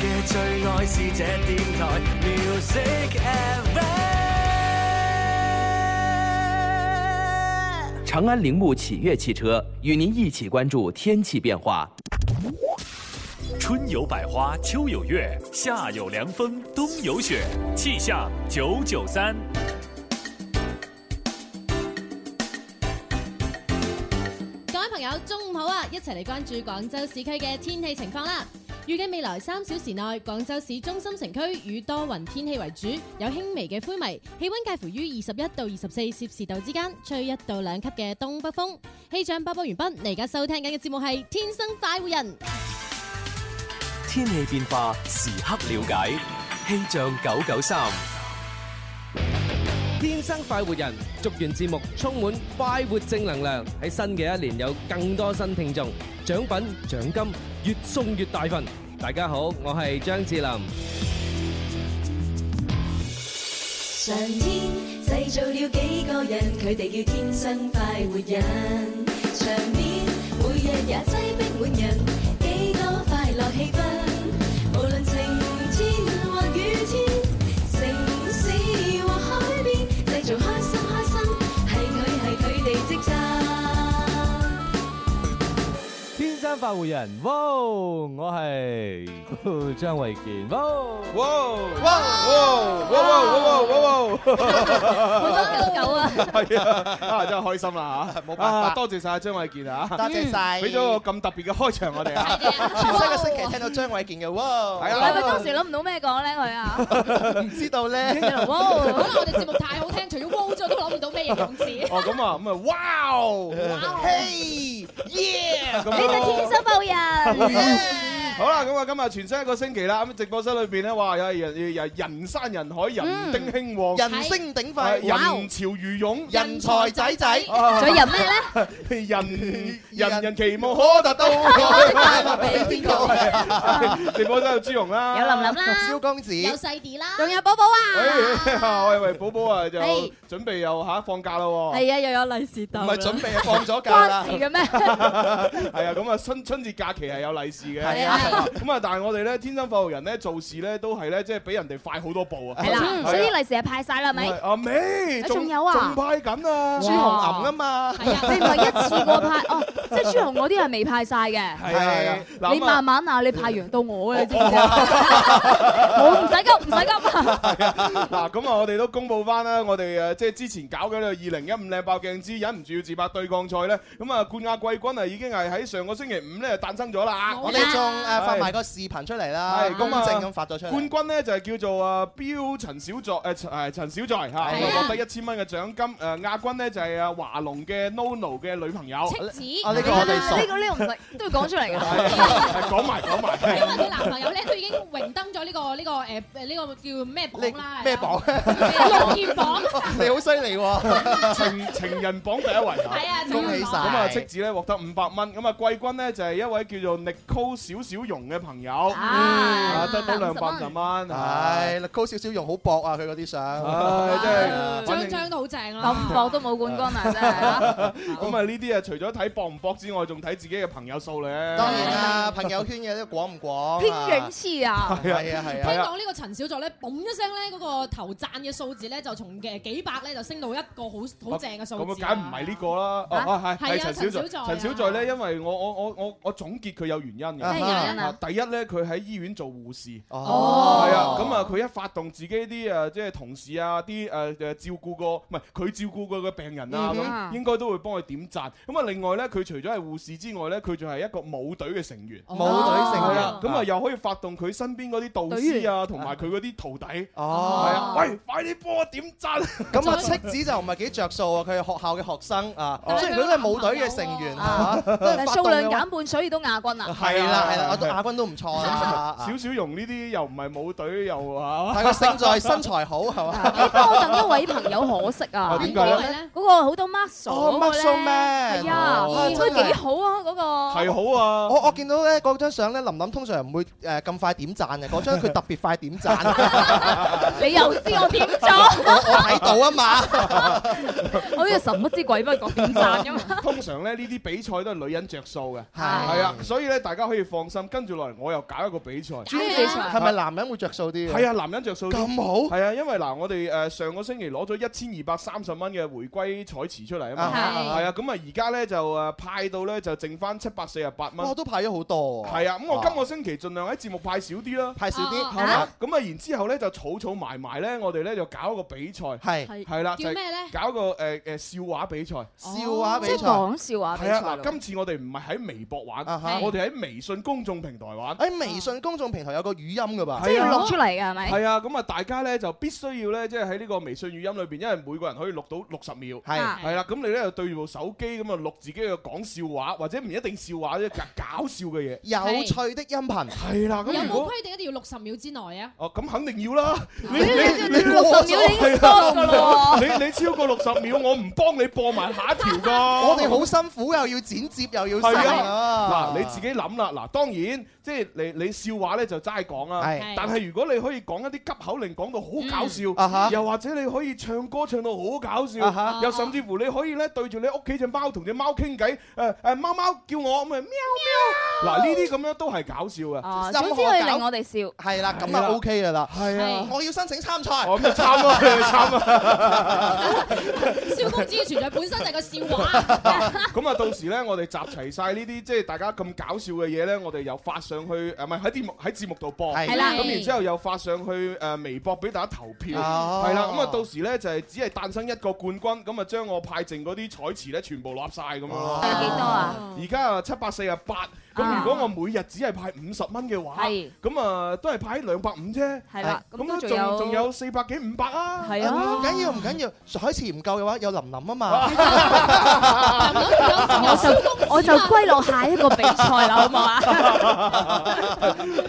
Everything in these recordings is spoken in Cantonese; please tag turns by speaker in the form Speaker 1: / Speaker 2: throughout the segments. Speaker 1: 嘅最愛是這電台 Music FM。
Speaker 2: 长安铃木启悦汽车与您一起关注天气变化。
Speaker 3: 春有百花，秋有月，夏有凉风，冬有雪。气象九九三，
Speaker 4: 各位朋友，中午好啊！一齊嚟關注廣州市區嘅天氣情況啦。預計未來三小時內，廣州市中心城區以多雲天氣為主，有輕微嘅灰霾，氣温介乎於二十一到二十四攝氏度之間，吹一到兩級嘅東北風。氣象播報完畢，你而家收聽緊嘅節目係《天生快活人》，
Speaker 5: 天氣變化時刻了解，氣象九九三。
Speaker 6: 天生快活人，祝願節目充滿快活正能量，喺新嘅一年有更多新聽眾，獎品獎金越送越大份。大家好，我係張智霖。
Speaker 7: 上天製造了幾個人，佢哋叫天生快活人。場面每日也擠逼滿人，幾多快樂氣氛。無論晴天或雨天，城市或海邊，製造開心開心，係佢係佢哋職責。
Speaker 8: 天生快活人，哇！我係張衛健，哇！哇！
Speaker 4: 好多狗狗啊！
Speaker 9: 係啊，啊真係開心啦嚇，冇
Speaker 10: 辦法
Speaker 9: 多謝晒張衛健啊，
Speaker 10: 多謝晒
Speaker 9: 俾咗個咁特別嘅開場我哋啊，
Speaker 10: 全新嘅星期聽到張衛健嘅哇，
Speaker 9: 係啊
Speaker 11: 係咪
Speaker 9: 啦
Speaker 11: 當，時諗唔到咩講咧佢啊？
Speaker 10: 唔知道
Speaker 11: 哇
Speaker 10: 咧，
Speaker 4: 可能我哋節目太好聽，除咗 wow 咗都諗唔到咩形容詞。
Speaker 9: 哦咁啊，咁啊，哇哦！
Speaker 10: 嘿，yeah，
Speaker 9: 咁
Speaker 11: 你就
Speaker 9: 啊
Speaker 11: 天生快活人，
Speaker 9: 好啦，咁啊，今日全新一個星期啦，咁直播室裏邊咧，哇，有人人人山人海，人丁興旺，
Speaker 10: 人聲鼎
Speaker 9: 啊
Speaker 10: 沸，
Speaker 9: 人潮如湧，
Speaker 10: 人才仔仔，
Speaker 9: 啊
Speaker 11: 仲有人咩咧？
Speaker 9: 人人
Speaker 10: 人
Speaker 9: 人期望可達到，
Speaker 10: 邊個
Speaker 9: 直播室有朱紅啦，
Speaker 11: 有林林啦，
Speaker 10: 蕭公子，
Speaker 4: 有細啲啦，
Speaker 11: 仲有寶寶啊，
Speaker 9: 哎，喂喂，寶寶啊，就
Speaker 11: 係
Speaker 9: 準備又嚇放假啦喎，
Speaker 11: 係啊，又有利是
Speaker 10: 唔
Speaker 11: 到，
Speaker 10: 係準備放咗假
Speaker 11: 關
Speaker 10: 啦
Speaker 11: 事，嘅咩？
Speaker 9: 係啊，咁啊春春節假期係有利是嘅，
Speaker 10: 係
Speaker 11: 啊
Speaker 9: 咁啊，但係我哋咧天生快活人咧做事咧都係咧即係比人哋快好多步啊，
Speaker 11: 係啦，所以啲利是係派晒啦，係咪？
Speaker 9: 係阿美，
Speaker 11: 仲有啊
Speaker 9: 仲派緊啊，
Speaker 10: 朱紅銀啊嘛，
Speaker 4: 係啊，
Speaker 11: 你唔係一次過派哦，即係朱紅嗰啲係未派晒嘅。
Speaker 9: 係啊係啊，嗱
Speaker 11: 你
Speaker 9: 咁啊
Speaker 11: 慢慢啊，你派完到我嘅，你知唔知啊？我唔使急，唔 使急。
Speaker 9: 嗱，咁啊，我哋都公佈翻啦，我哋誒即係之前搞嘅呢個二零一五靚爆鏡之忍唔住要自拍對抗賽咧，咁啊冠亞季軍啊已經係喺上個星期五咧誕生咗啦。
Speaker 10: 我哋仲誒發埋個視頻出嚟啦，
Speaker 9: 係
Speaker 10: 公
Speaker 9: 咁啊
Speaker 10: 正咁發咗出嚟
Speaker 9: 冠。軍咧就係叫做啊標陳小作誒誒陳小在嚇，
Speaker 10: 係
Speaker 9: 咁啊獲得一千蚊嘅獎金。誒亞軍咧就係啊華龍嘅 NoNo 嘅女朋友。
Speaker 4: 戚子，
Speaker 10: 啊呢個
Speaker 11: 啊
Speaker 10: 我哋
Speaker 11: 呢
Speaker 10: 熟，
Speaker 11: 個呢個唔使都要講出嚟㗎。
Speaker 9: 係係講埋 講埋。
Speaker 4: 因為佢男朋友咧都已經榮登咗呢個呢個誒誒呢個叫咩榜啦，
Speaker 10: 你咩榜？
Speaker 4: 六件榜，
Speaker 10: 你好犀利喎，
Speaker 9: 情情人榜第一位嚇。
Speaker 4: 係啊，
Speaker 10: 恭喜晒！
Speaker 9: 咁啊，戚子咧獲得五百蚊，咁啊季軍咧就係一位叫做 Nico 小小容嘅朋友，啊得到兩百五十蚊，
Speaker 10: 唉，高少少用好薄啊，佢嗰啲相。
Speaker 9: 唉，
Speaker 11: 啊
Speaker 9: 真係
Speaker 4: 張
Speaker 9: 反正
Speaker 4: 張都好正
Speaker 11: 博唔
Speaker 4: 啦。
Speaker 11: 博都冇冠軍啊！真係。
Speaker 9: 咁啊，呢啲啊，除咗睇博唔博之外，仲睇自己嘅朋友數咧。
Speaker 10: 當然啦，朋友圈嘅都廣唔廣？
Speaker 11: 偏遠次啊！
Speaker 10: 係啊係
Speaker 4: 聽
Speaker 10: 啊，
Speaker 4: 講呢個陳小作咧，嘣一聲咧，嗰個頭讚嘅數字咧，就從嘅幾百咧，就升到一個好好正嘅數字
Speaker 9: 咁
Speaker 4: 啊。
Speaker 9: 啊，梗唔係呢個啦，哦啊係
Speaker 4: 係啊
Speaker 9: 係陳小
Speaker 4: 陳小
Speaker 9: 在，陳
Speaker 4: 在
Speaker 9: 小在咧，因為我我我我我總結佢有原因
Speaker 10: 啊
Speaker 9: 嘅。
Speaker 11: 咩原因啊？
Speaker 9: 第一咧，佢喺醫院做護士，係
Speaker 10: 哦
Speaker 9: 啊，咁啊，佢一發動自己啲誒，即係同事啊，啲誒誒照顧過，唔係佢照顧過嘅病人啊，
Speaker 11: 嗯哼
Speaker 9: 咁應該都會幫佢點讚。咁啊，另外咧，佢除咗係護士之外咧，佢仲係一個舞隊嘅成員，
Speaker 10: 冇隊成
Speaker 9: 係
Speaker 10: 員
Speaker 9: 啊，咁啊，又可以發動佢身邊嗰啲導師啊，同埋佢嗰啲徒弟。
Speaker 10: 哦，
Speaker 9: 係啊，喂，快啲幫我點贊！
Speaker 10: 咁啊，戚子就唔係幾着數啊，佢係學校嘅學生啊，雖然佢都係舞隊嘅成員啊，都係
Speaker 11: 但
Speaker 10: 發動
Speaker 11: 係數
Speaker 10: 嘅
Speaker 11: 量減半，所以都 亞軍啊！
Speaker 10: 係啦係啦，我都亞軍都唔錯啊啦，
Speaker 9: 小小容呢啲又唔係舞隊又啊，
Speaker 10: 但係佢勝 在身材好係嘛？
Speaker 11: 你多等一位朋友可惜啊！
Speaker 9: 點
Speaker 4: 點
Speaker 9: 解
Speaker 4: 解
Speaker 9: 咧
Speaker 4: 咧？
Speaker 11: 嗰個好多 muscle
Speaker 10: 哦
Speaker 11: 嗰個咧，
Speaker 10: ，muscle man
Speaker 11: 係啊，
Speaker 10: 哦
Speaker 11: 佢都幾好啊，嗰個
Speaker 9: 啊！
Speaker 10: 我我見到咧嗰張相咧，林林通常唔會誒咁快點讚嘅，嗰張佢特別快點讚。
Speaker 11: 你又知我點
Speaker 10: 我
Speaker 11: 咗？
Speaker 10: 我睇到啊嘛，
Speaker 11: 我呢個神不知鬼不覺點贊 咁。
Speaker 9: 通常咧呢啲比賽都係女人着數嘅，係
Speaker 10: 係
Speaker 9: 啊，所以咧大家可以放心。跟住落嚟我又搞一個比賽，
Speaker 10: 專比賽係啊咪男人會着數啲嘅？
Speaker 9: 係啊，男人着數啲
Speaker 10: 咁好
Speaker 9: 係啊，因為嗱，我哋誒上個星期攞咗一千二百三十蚊嘅回歸彩池出嚟啊嘛，
Speaker 10: 係
Speaker 9: 係啊，咁啊而家咧就誒派到咧就剩翻七百四十八蚊，
Speaker 10: 哇，都派咗好多喎。
Speaker 9: 係啊，咁我今
Speaker 10: 哇
Speaker 9: 個星期盡量喺節目派少啲啦，
Speaker 10: 派少啲
Speaker 9: 係嘛
Speaker 10: 啊？
Speaker 9: 咁啊，然之後咧就儲儲埋埋咧，我哋咧就搞一個比賽，
Speaker 10: 係
Speaker 9: 係啦，
Speaker 10: 叫
Speaker 9: 就係
Speaker 10: 咩咧
Speaker 9: 搞個誒誒笑話比賽，
Speaker 10: 笑話比賽即係
Speaker 11: 講笑話比
Speaker 9: 係
Speaker 11: 賽
Speaker 9: 啊，
Speaker 11: 咯
Speaker 9: 嗱，今次我哋唔係喺微博玩
Speaker 10: 哈，
Speaker 9: 我哋喺微信公眾平台玩。
Speaker 10: 喺微信公眾平台有個語音噶吧？
Speaker 9: 即係要錄出嚟
Speaker 11: 㗎係咪
Speaker 9: 係啊，咁啊，大家咧就必須要咧，即係喺呢個微信語音裏邊，因為每個人可以錄到六十秒，
Speaker 10: 係
Speaker 9: 係啦，咁你咧就對住部手機咁啊錄自己嘅講笑話，或者唔一定笑話啫，搞搞笑嘅嘢，
Speaker 10: 有趣的音頻
Speaker 9: 係啦，咁
Speaker 4: 有
Speaker 9: 如
Speaker 4: 冇
Speaker 9: 果
Speaker 4: 規定一定要六十秒之內啊？
Speaker 9: 哦，咁肯定要啦！你你
Speaker 4: 你
Speaker 9: 你
Speaker 4: 六十秒你已經 stop 㗎啦
Speaker 9: 你你超過六十秒，我唔幫你播埋下一條㗎。
Speaker 10: 我哋好辛苦，又要剪接，又要
Speaker 9: 係
Speaker 10: 成
Speaker 9: 啊！
Speaker 10: 啊！
Speaker 9: 嗱，你自己諗啦。嗱，當然即係你你笑話咧就齋講啦
Speaker 10: 係。
Speaker 9: 但係如果你可以講一啲急口令，講到好搞
Speaker 10: 嗯啊哈
Speaker 9: 笑，又或者你可以唱歌唱到好搞
Speaker 10: 啊哈
Speaker 9: 笑，又甚至乎你可以咧對住你屋企只貓同只貓傾偈，誒誒貓貓叫我咁啊喵喵。嗱，呢啲咁樣都係搞笑嘅。
Speaker 11: 哦，
Speaker 10: 任何
Speaker 11: 總之佢
Speaker 10: 搞
Speaker 11: 令我哋笑。
Speaker 10: 係啦，咁啊 OK 噶啦。
Speaker 9: 係啊，
Speaker 10: 我要申請參賽。
Speaker 9: 我咁就 參咯，你參啊！
Speaker 4: 蕭公子嘅存在本身就係個笑話，
Speaker 9: 咁啊，到時咧，我哋集齊晒呢啲即係大家咁搞笑嘅嘢咧，我哋又發上去呃誒，唔係喺節目喺節目度播，
Speaker 10: 係
Speaker 4: 啦
Speaker 9: 咁然之後又發上去誒微博俾大家投票，
Speaker 10: 哦
Speaker 9: 係啦。咁啊，到時咧就係只係誕生一個冠軍，咁啊將我派剩嗰啲彩池咧全部攞晒咁樣
Speaker 10: 哦
Speaker 9: 咯。
Speaker 11: 有幾多啊？
Speaker 9: 而家啊七百四十八，咁如果我每日只係派五十蚊嘅話
Speaker 11: 係，
Speaker 9: 咁啊都係派兩百五啫。
Speaker 11: 係啦，咁都
Speaker 9: 咁
Speaker 11: 仲
Speaker 9: 仲
Speaker 11: 有
Speaker 9: 仲有四百幾五百啊！
Speaker 11: 係
Speaker 10: 哦唔
Speaker 11: 啊，
Speaker 10: 緊要，唔緊要，海池唔夠嘅話有林林啊 嘛。
Speaker 11: 我就 我就歸落下一個比賽啦，好唔 好啊？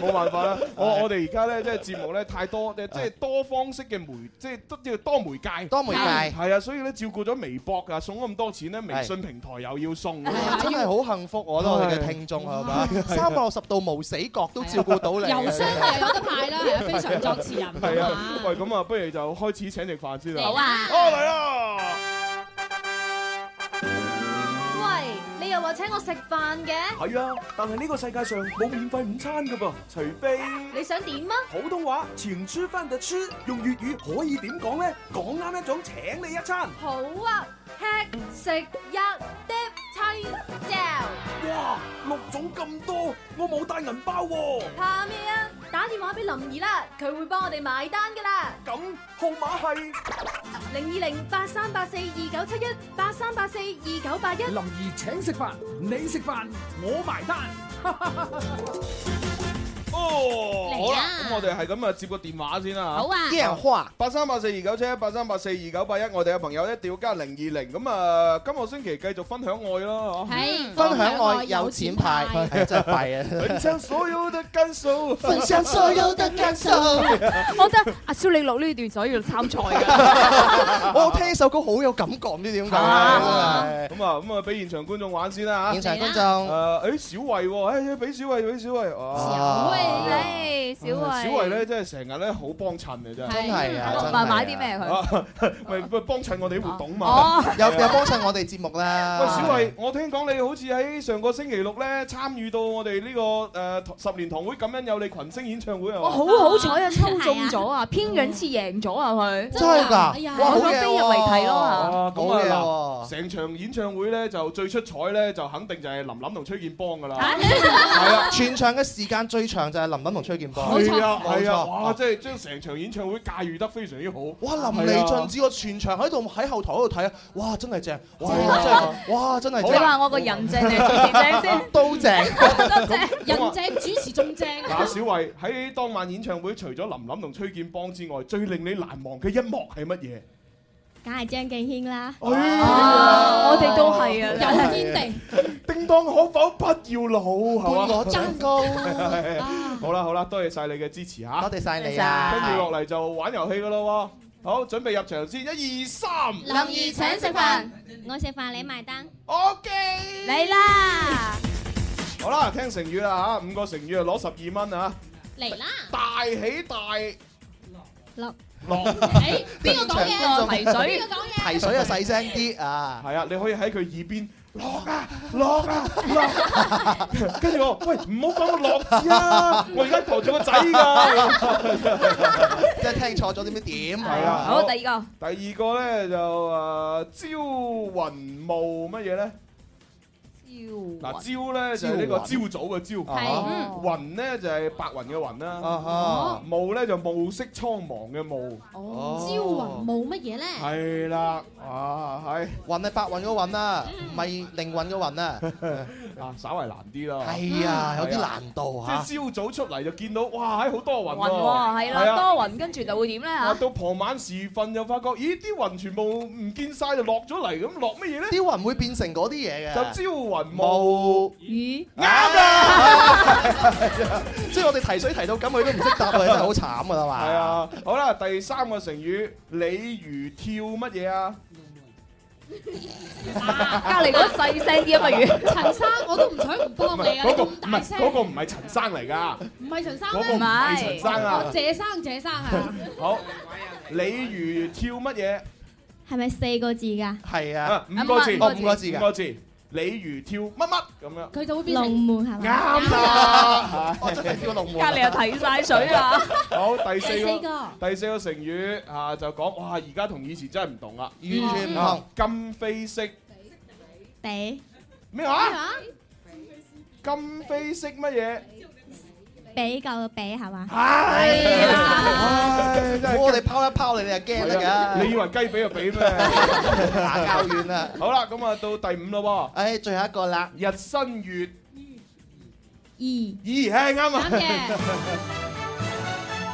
Speaker 9: 冇辦法啦，我我哋而家咧即係節目咧太多，即係即係多方式嘅媒，即係都叫多媒介。
Speaker 10: 多媒介
Speaker 9: 係啊，所以咧照顧咗微博啊，送咗咁多錢咧，微信平台又要送。
Speaker 10: 真係好幸福，我覺得我哋嘅聽眾啊係嘛，三百六十度 無死角都照顧到
Speaker 11: 啊
Speaker 10: 你。
Speaker 4: 郵箱係有得派啦，係啊非常作詞人
Speaker 9: 係
Speaker 4: 啊
Speaker 9: 啊
Speaker 4: 嘛，。
Speaker 9: 喂，咁啊，不如就開始請食飯先啦。
Speaker 11: 好啊
Speaker 9: 哦嚟啦！
Speaker 11: 喂，你又話請我食飯嘅，
Speaker 1: 係啊，但係呢個世界上冇免費午餐噶噃，除非
Speaker 11: 你想點啊？
Speaker 1: 普通話前吃飯的吃，用粵語可以點講呢？講啱一種請你一餐。
Speaker 11: 好啊，吃食一碟青椒，
Speaker 1: 哇，六種咁多，我冇帶銀包喎、
Speaker 11: 怕咩啊？打電話俾林兒啦，佢會幫我哋埋單噶啦。
Speaker 1: 咁號碼係
Speaker 11: 零二零八三八四二九七一八三八四二九八一。
Speaker 1: 林兒請食飯，你食飯我埋單。
Speaker 9: 哦，
Speaker 4: 嚟
Speaker 9: 好啦
Speaker 4: 啦，
Speaker 9: 咁我哋係咁啊，接個電話先啦嚇
Speaker 4: 好啊，
Speaker 10: 啲人話
Speaker 9: 八三八四二九七一八三八四二九八一，我哋嘅朋友一定要加零二零，咁啊，今個星期繼續分享愛啦，嗯嚇
Speaker 4: 係
Speaker 10: 分享愛有錢派， 係真係弊啊！
Speaker 9: 分享所有的感受。
Speaker 10: 分享所有的感受。我
Speaker 11: 我覺得阿蕭你錄呢段所以要參賽㗎，
Speaker 10: 聽呢首歌好有感覺，唔知點解。啊
Speaker 9: 咁啊，咁啊，俾現場觀眾玩先啦
Speaker 10: 現
Speaker 9: 嚇。
Speaker 10: 場觀眾，
Speaker 9: 誒，誒，小慧喎，誒，俾小慧，俾小慧，啊，
Speaker 4: 小慧咧
Speaker 11: 唉，小慧，
Speaker 9: 小慧咧，真係成日咧好幫襯嘅真係，
Speaker 10: 真係啊！
Speaker 11: 落埋買啲咩佢？
Speaker 9: 啊 咪咪幫襯我哋啲活動嘛。
Speaker 11: 哦，
Speaker 10: 有有幫襯我哋節目啦。
Speaker 9: 喂，小慧，我聽講你好似喺上個星期六咧參與到我哋呢個誒十年堂會感恩有你群星演唱會係
Speaker 11: 我
Speaker 9: 嘛？
Speaker 11: 好好彩啊，抽中咗啊，偏引次贏咗啊佢，
Speaker 10: 真係
Speaker 4: 哎
Speaker 10: 㗎
Speaker 4: 呀，
Speaker 10: 哇，好
Speaker 11: 我想
Speaker 10: 嘢
Speaker 11: 飛入嚟睇咯嚇
Speaker 10: 喎！
Speaker 9: 啊，咁
Speaker 10: 好嘢
Speaker 9: 啊嗱，
Speaker 10: 喎！
Speaker 9: 成場演唱會咧就最出彩咧就肯定就係林琳同崔建邦噶啦。
Speaker 10: 啊全場嘅時間最長就係林林同崔健波。
Speaker 9: 係啊，
Speaker 10: 冇
Speaker 9: 係啊，
Speaker 10: 錯
Speaker 9: 哇！即係將成場演唱會駕馭得非常之好。
Speaker 10: 哇！淋
Speaker 9: 係
Speaker 10: 漓
Speaker 9: 啊
Speaker 10: 盡致，我全場喺度喺後台嗰度睇啊！哇！真係正，哇！真係，哇！真係
Speaker 11: 你
Speaker 10: 正，
Speaker 11: 話我個人正定主持正先？
Speaker 10: 都正。
Speaker 11: 多謝。
Speaker 4: 人正主持仲正，
Speaker 9: 嗱，小慧喺當晚演唱會，除咗林琳同崔建邦之外，最令你難忘嘅一幕係乜嘢？
Speaker 4: 梗係張敬軒啦，
Speaker 9: 哎
Speaker 11: 啊！我哋都係
Speaker 4: 有
Speaker 11: 啊，
Speaker 4: 堅定，
Speaker 9: 叮當可否不要老？係
Speaker 10: 半
Speaker 9: 嘛？
Speaker 10: 個增高，
Speaker 9: 好啦好啦，多謝晒你嘅支持嚇
Speaker 10: 多。謝晒你
Speaker 11: 多謝
Speaker 10: 啊！
Speaker 9: 跟住落嚟就玩遊戲噶啦喎。好，準備入場先，一二三，
Speaker 12: 林怡請食飯，我食飯你埋單。
Speaker 9: OK，
Speaker 12: 你啦，
Speaker 9: 好啦，聽成語啦嚇，五個成語啊，攞十二蚊啊，
Speaker 12: 嚟啦，
Speaker 9: 大起大 落。
Speaker 12: 落
Speaker 4: 誒邊個 講
Speaker 10: 現場
Speaker 4: 嘢？
Speaker 10: 觀眾
Speaker 4: 提水，邊個講嘢？
Speaker 10: 提水啊細聲啲啊！
Speaker 9: 係啊，你可以喺佢耳邊落啊落啊落，跟住我喂唔好講個落 字啊，我而家陀住個仔㗎，
Speaker 10: 即係聽錯咗點點點
Speaker 9: 係啊
Speaker 12: 好第二
Speaker 9: 第二個咧就誒朝雲霧乜嘢咧？
Speaker 12: 個
Speaker 9: 嗱，朝咧就係呢個朝早嘅朝，
Speaker 10: 啊
Speaker 9: 啊
Speaker 12: 係嗯
Speaker 9: 雲咧就係白雲嘅雲啦啊
Speaker 10: 哈，
Speaker 9: 霧咧就暮色蒼茫嘅霧。
Speaker 4: 朝哦雲冇乜嘢咧？
Speaker 9: 係啦，啊係，
Speaker 10: 雲係白雲嘅雲啊，唔係靈魂嘅雲啊。
Speaker 9: 嗱，稍為難啲啦。
Speaker 10: 係啊有啲
Speaker 9: 係
Speaker 10: 難度啊嚇
Speaker 9: 即係朝早出嚟就見到，哇，係好多雲
Speaker 11: 雲喎，係啦，
Speaker 9: 係啊
Speaker 11: 多雲，跟住就會點咧
Speaker 9: 啊
Speaker 11: 嚇？
Speaker 9: 到傍晚時分就發覺，咦啲雲全部唔見晒，就落咗嚟，咁落乜嘢咧？
Speaker 10: 啲雲會變成嗰啲嘢嘅。
Speaker 9: 就朝雲
Speaker 10: 霧
Speaker 11: 雨
Speaker 9: 啱啦。
Speaker 10: 啊
Speaker 9: 啊
Speaker 10: 即係我哋提水提到咁，佢都唔識答啊，真係好慘噶啦嘛。
Speaker 9: 係啊，好啦，第三個成語，鯉魚跳乜嘢啊？
Speaker 11: 隔離嗰細聲啲啊嘛，雨。
Speaker 4: 陳生，我都唔想唔幫你啊！
Speaker 9: 嗰個
Speaker 4: 你
Speaker 9: 唔
Speaker 4: 咁大
Speaker 9: 係
Speaker 4: 聲，
Speaker 9: 嗰個唔係陳生嚟㗎，
Speaker 4: 唔係陳生
Speaker 9: 嗰
Speaker 4: 咩？
Speaker 9: 個唔係陳生啊
Speaker 4: 我謝生謝生啊！
Speaker 9: 好，鯉魚跳乜嘢？
Speaker 12: 係咪四個字㗎？
Speaker 10: 係
Speaker 9: 啊，五個字，
Speaker 10: 哦五個字㗎
Speaker 9: 五個字，鯉魚跳乜乜咁樣。
Speaker 4: 佢就會變成
Speaker 12: 龍門係咪？
Speaker 9: 啱啦，我 真係跳龍
Speaker 10: 啊
Speaker 11: 隔離又睇晒水啊！
Speaker 9: 好，第四
Speaker 12: 第四
Speaker 9: 個
Speaker 12: 個
Speaker 9: 第四個成語啊，就講哇，而家同以前真係唔同啦，
Speaker 10: 完全唔同
Speaker 9: 啊今非昔
Speaker 12: 比
Speaker 9: 咩話？今非昔乜嘢？
Speaker 12: 比夠比係嘛？
Speaker 9: 係啦，
Speaker 12: 啊
Speaker 9: 真 係
Speaker 10: 我哋拋一拋你，你就驚得
Speaker 9: 係啊
Speaker 10: 㗎。
Speaker 9: 你以為雞髀就髀咩？
Speaker 10: 打交遠啦。
Speaker 9: 好啦，咁啊到第五咯
Speaker 10: 唉，最後一個啦。
Speaker 9: 喎，日新月
Speaker 12: 二
Speaker 9: 異，係啱
Speaker 4: 啱
Speaker 9: 啊！
Speaker 4: 嘅，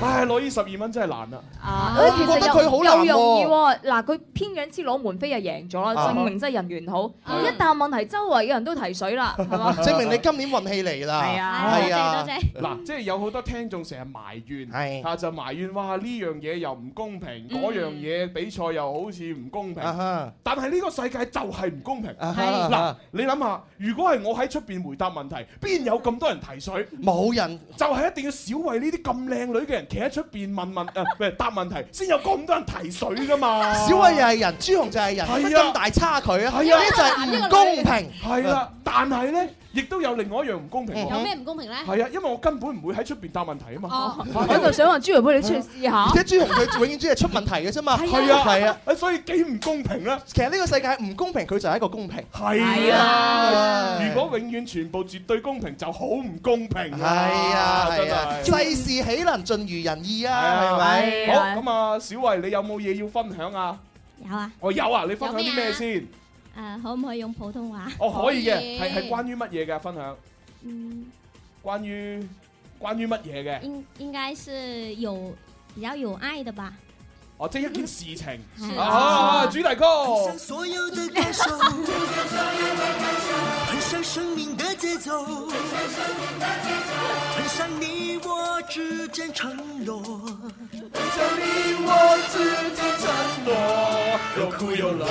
Speaker 9: 唉，攞呢十二蚊真係難啦。
Speaker 11: 啊！
Speaker 10: 我
Speaker 11: 其實
Speaker 10: 覺得
Speaker 11: 又
Speaker 10: 佢好難
Speaker 11: 又容易
Speaker 10: 喎
Speaker 11: 喎。嗱，佢偏緊黐攞門飛就贏咗啦，
Speaker 10: 啊
Speaker 11: 證明真係人緣好。
Speaker 4: 啊
Speaker 11: 一答問題，周圍嘅人都提水啦，係嘛？
Speaker 10: 證明你今年運氣嚟啦。
Speaker 11: 係啊
Speaker 10: 係啊
Speaker 12: 多謝。
Speaker 9: 嗱，即係有好多聽眾成日埋怨，
Speaker 10: 係
Speaker 9: 嚇就埋怨哇呢樣嘢又唔公平，嗰樣嘢比賽又好似唔公
Speaker 10: 啊
Speaker 9: 平。
Speaker 10: 哈
Speaker 9: 但係呢個世界就係唔公平。
Speaker 10: 啊
Speaker 4: 係
Speaker 9: 嗱
Speaker 10: 哈，，
Speaker 9: 你諗下，如果係我喺出邊回答問題，邊有咁多人提水？
Speaker 10: 冇人
Speaker 9: 就係一定要少為呢啲咁靚女嘅人企喺出邊問問誒， 唔係答問題，先有咁多人提水㗎嘛。
Speaker 10: 小偉又係人，朱紅就係人，
Speaker 9: 係啊
Speaker 10: 乜咁大差距啊？呢
Speaker 9: 係啊
Speaker 10: 就係唔公平。啊
Speaker 9: 係啦，但係咧，亦都有另外一樣唔公平
Speaker 4: 有
Speaker 9: 喎。
Speaker 4: 咩唔公平咧？
Speaker 9: 係啊，因為我根本唔會喺出邊答問題啊嘛。
Speaker 4: 哦，
Speaker 11: 我就想話朱紅，你出去試下
Speaker 10: 而。且朱紅佢永遠只係出問題嘅啫嘛。
Speaker 9: 係啊，
Speaker 10: 係啊。
Speaker 9: 啊，所以幾唔公平咧。
Speaker 10: 其實呢個世界唔公平，佢就係一個公平。
Speaker 9: 係啊！
Speaker 10: 啊
Speaker 9: 如果永遠全部絕對公平，就好唔公平
Speaker 10: 係啊
Speaker 9: 真
Speaker 10: 係啊，
Speaker 9: 係。
Speaker 10: 世事豈能盡如人意啊？係
Speaker 9: 係啊
Speaker 10: 咪？
Speaker 11: 係
Speaker 9: 好
Speaker 11: 啊
Speaker 9: 咁啊，小慧，你有冇嘢要分享啊？
Speaker 12: 有啊，
Speaker 9: 我有啊，你分享啲咩先？
Speaker 12: 誒可唔可以用普通話？
Speaker 9: 哦，可以嘅
Speaker 4: 可，
Speaker 9: 係
Speaker 4: 以
Speaker 9: 係關於乜嘢嘅分享？
Speaker 12: 嗯，
Speaker 9: 關於關於乜嘢嘅？
Speaker 12: 應應該是有比較有愛的吧？
Speaker 9: 哦，即係一件事情。
Speaker 12: 係
Speaker 9: 啊，主題曲。
Speaker 6: 上所有的感受，很上生命的节奏，很上你我之间承诺，
Speaker 9: 像你我之间承诺，有哭有乐。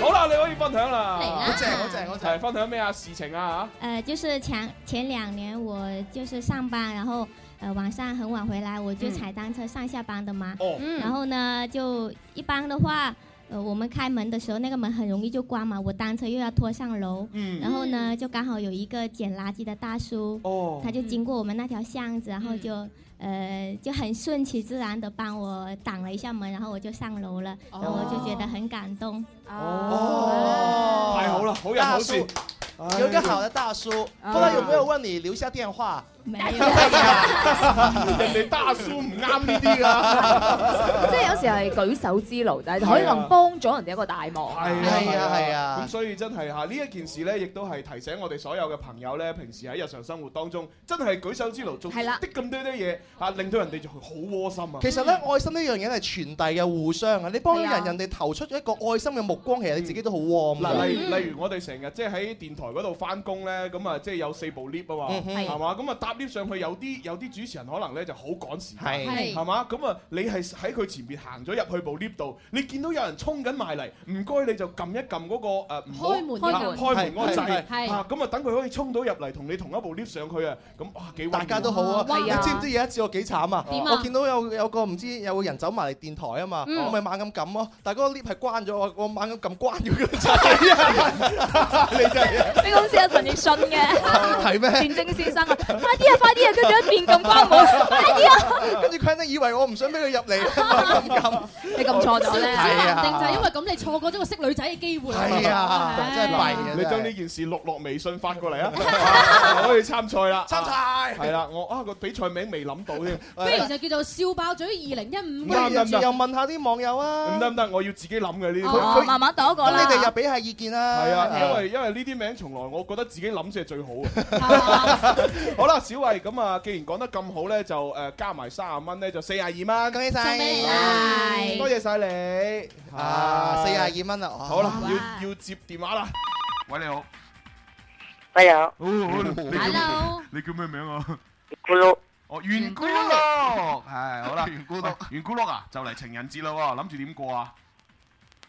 Speaker 9: 好啦，你可以分享啦。
Speaker 12: 嚟啦
Speaker 10: 好正好正好
Speaker 9: 係
Speaker 10: 正。
Speaker 9: 分享咩啊？事情啊
Speaker 12: 呃，就是前前两年我就是上班，然后呃晚上很晚回来，我就
Speaker 9: 嗯
Speaker 12: 踩单车上下班的嘛。嗯
Speaker 9: 哦
Speaker 10: 嗯
Speaker 12: 然后呢，就一般的话，呃我们开门的时候那个门很容易就关嘛，我单车又要拖上楼，
Speaker 9: 嗯
Speaker 12: 然后呢就刚好有一个捡垃圾的大叔，
Speaker 9: 哦
Speaker 12: 他就
Speaker 10: 嗯
Speaker 12: 经过我们那条巷子，然后
Speaker 4: 嗯
Speaker 12: 就。呃，就很顺其自然的帮我挡了一下门，然后我就上楼了，然后我就觉得很感动。
Speaker 10: 哦
Speaker 9: 太好啦，好人好事。
Speaker 10: 有一个好的大叔，不知道有没有问你留下电话？
Speaker 12: 没
Speaker 10: 哎
Speaker 12: 有，
Speaker 10: 呀
Speaker 9: 人哋大叔唔啱呢啲啊噶。
Speaker 11: 即係有時係舉手之勞，但係可能幫咗人哋一個大忙。
Speaker 10: 係啊係啊
Speaker 9: 咁所以真係嚇呢一件事咧，亦都係提醒我哋所有嘅朋友咧，平時喺日常生活當中，真係舉手之勞做
Speaker 11: 係啦
Speaker 9: 的咁多啲嘢嚇，令到人哋就好窩心啊。
Speaker 10: 其實咧，愛心呢樣嘢係傳遞嘅互相啊！你幫咗
Speaker 11: 係啊
Speaker 10: 人，人哋投出一個愛心嘅目光，其實你自己都好 warm
Speaker 9: 嗱，
Speaker 10: 啊！
Speaker 9: 例例如我哋成日即係喺電台嗰度翻工咧，咁啊即係有四部 lift 啊嘛，
Speaker 10: 嗯哼
Speaker 9: 係嘛？咁啊搭搭 lift 上去，有啲有啲主持人可能咧就好趕時
Speaker 10: 係
Speaker 9: 間，
Speaker 10: 係
Speaker 9: 係嘛？咁啊，你係喺佢前邊行咗入去部 lift 度，你見到有人衝緊埋嚟，唔該你就撳一撳嗰個誒唔好
Speaker 13: 開門嗰
Speaker 9: 啊
Speaker 13: 個
Speaker 9: 開門嗰個
Speaker 13: 係係
Speaker 9: 掣
Speaker 13: 係
Speaker 9: 啊，咁啊等佢可以衝到入嚟同你同一部 lift 上去啊，咁哇幾
Speaker 10: 大家都好啊！你知唔知有一次我幾慘啊？
Speaker 9: 嗯點啊
Speaker 10: 我見到有有個唔知有個人走埋嚟電台啊嘛，
Speaker 9: 嗯
Speaker 10: 我咪猛咁撳咯，但係嗰個 lift 係關咗，我我猛咁撳關咗佢掣啊！你真係
Speaker 11: 呢個好似阿陳奕迅嘅，
Speaker 10: 係咩
Speaker 11: 田正先生啊，快啲啊，快啲啊，跟住一邊咁關門，快啲啊！哦
Speaker 10: 跟住佢一定以為我唔想俾佢入嚟，咁撳
Speaker 11: 你撳錯咗咧
Speaker 10: 係
Speaker 4: 肯定就係因
Speaker 10: 啊！
Speaker 4: 為咁，你錯過咗個識女仔嘅機會。
Speaker 9: 係啊
Speaker 4: 唉
Speaker 10: 哎真係弊啊
Speaker 9: 你
Speaker 10: 真係
Speaker 9: 將呢件事錄落微信發過 嚟啊，我可以參賽啦！
Speaker 10: 參賽
Speaker 9: 係啦，我啊個比賽名未諗到添，
Speaker 4: 不如就叫做笑爆嘴二零一
Speaker 9: 唔
Speaker 4: 五。
Speaker 9: 得唔得唔得，
Speaker 10: 又問下啲網友啊！
Speaker 9: 唔得唔得，我要自己諗嘅呢啲。
Speaker 11: 哦慢慢度一個
Speaker 10: 咁
Speaker 11: 啦
Speaker 10: 你哋又俾下意見啦。
Speaker 9: 係啊，因為因為呢啲名從來我覺得自己諗先係最好嘅。好啦，小慧咁啊，既然講得咁好咧，就誒加埋三十蚊咧，就四廿二蚊。
Speaker 10: 恭喜晒恭喜晒
Speaker 9: 多謝晒你
Speaker 10: 啊42蚊啦哇
Speaker 9: 好啦，要要接電話啦。喂，你好。哦
Speaker 14: 喂，你好。
Speaker 9: Hello。你啊叫咩名啊？
Speaker 14: 咕碌。
Speaker 9: 哦，圓咕碌。係好啦， 圓咕碌，圓咕碌啊，就嚟情人節啦喎，諗住點過啊？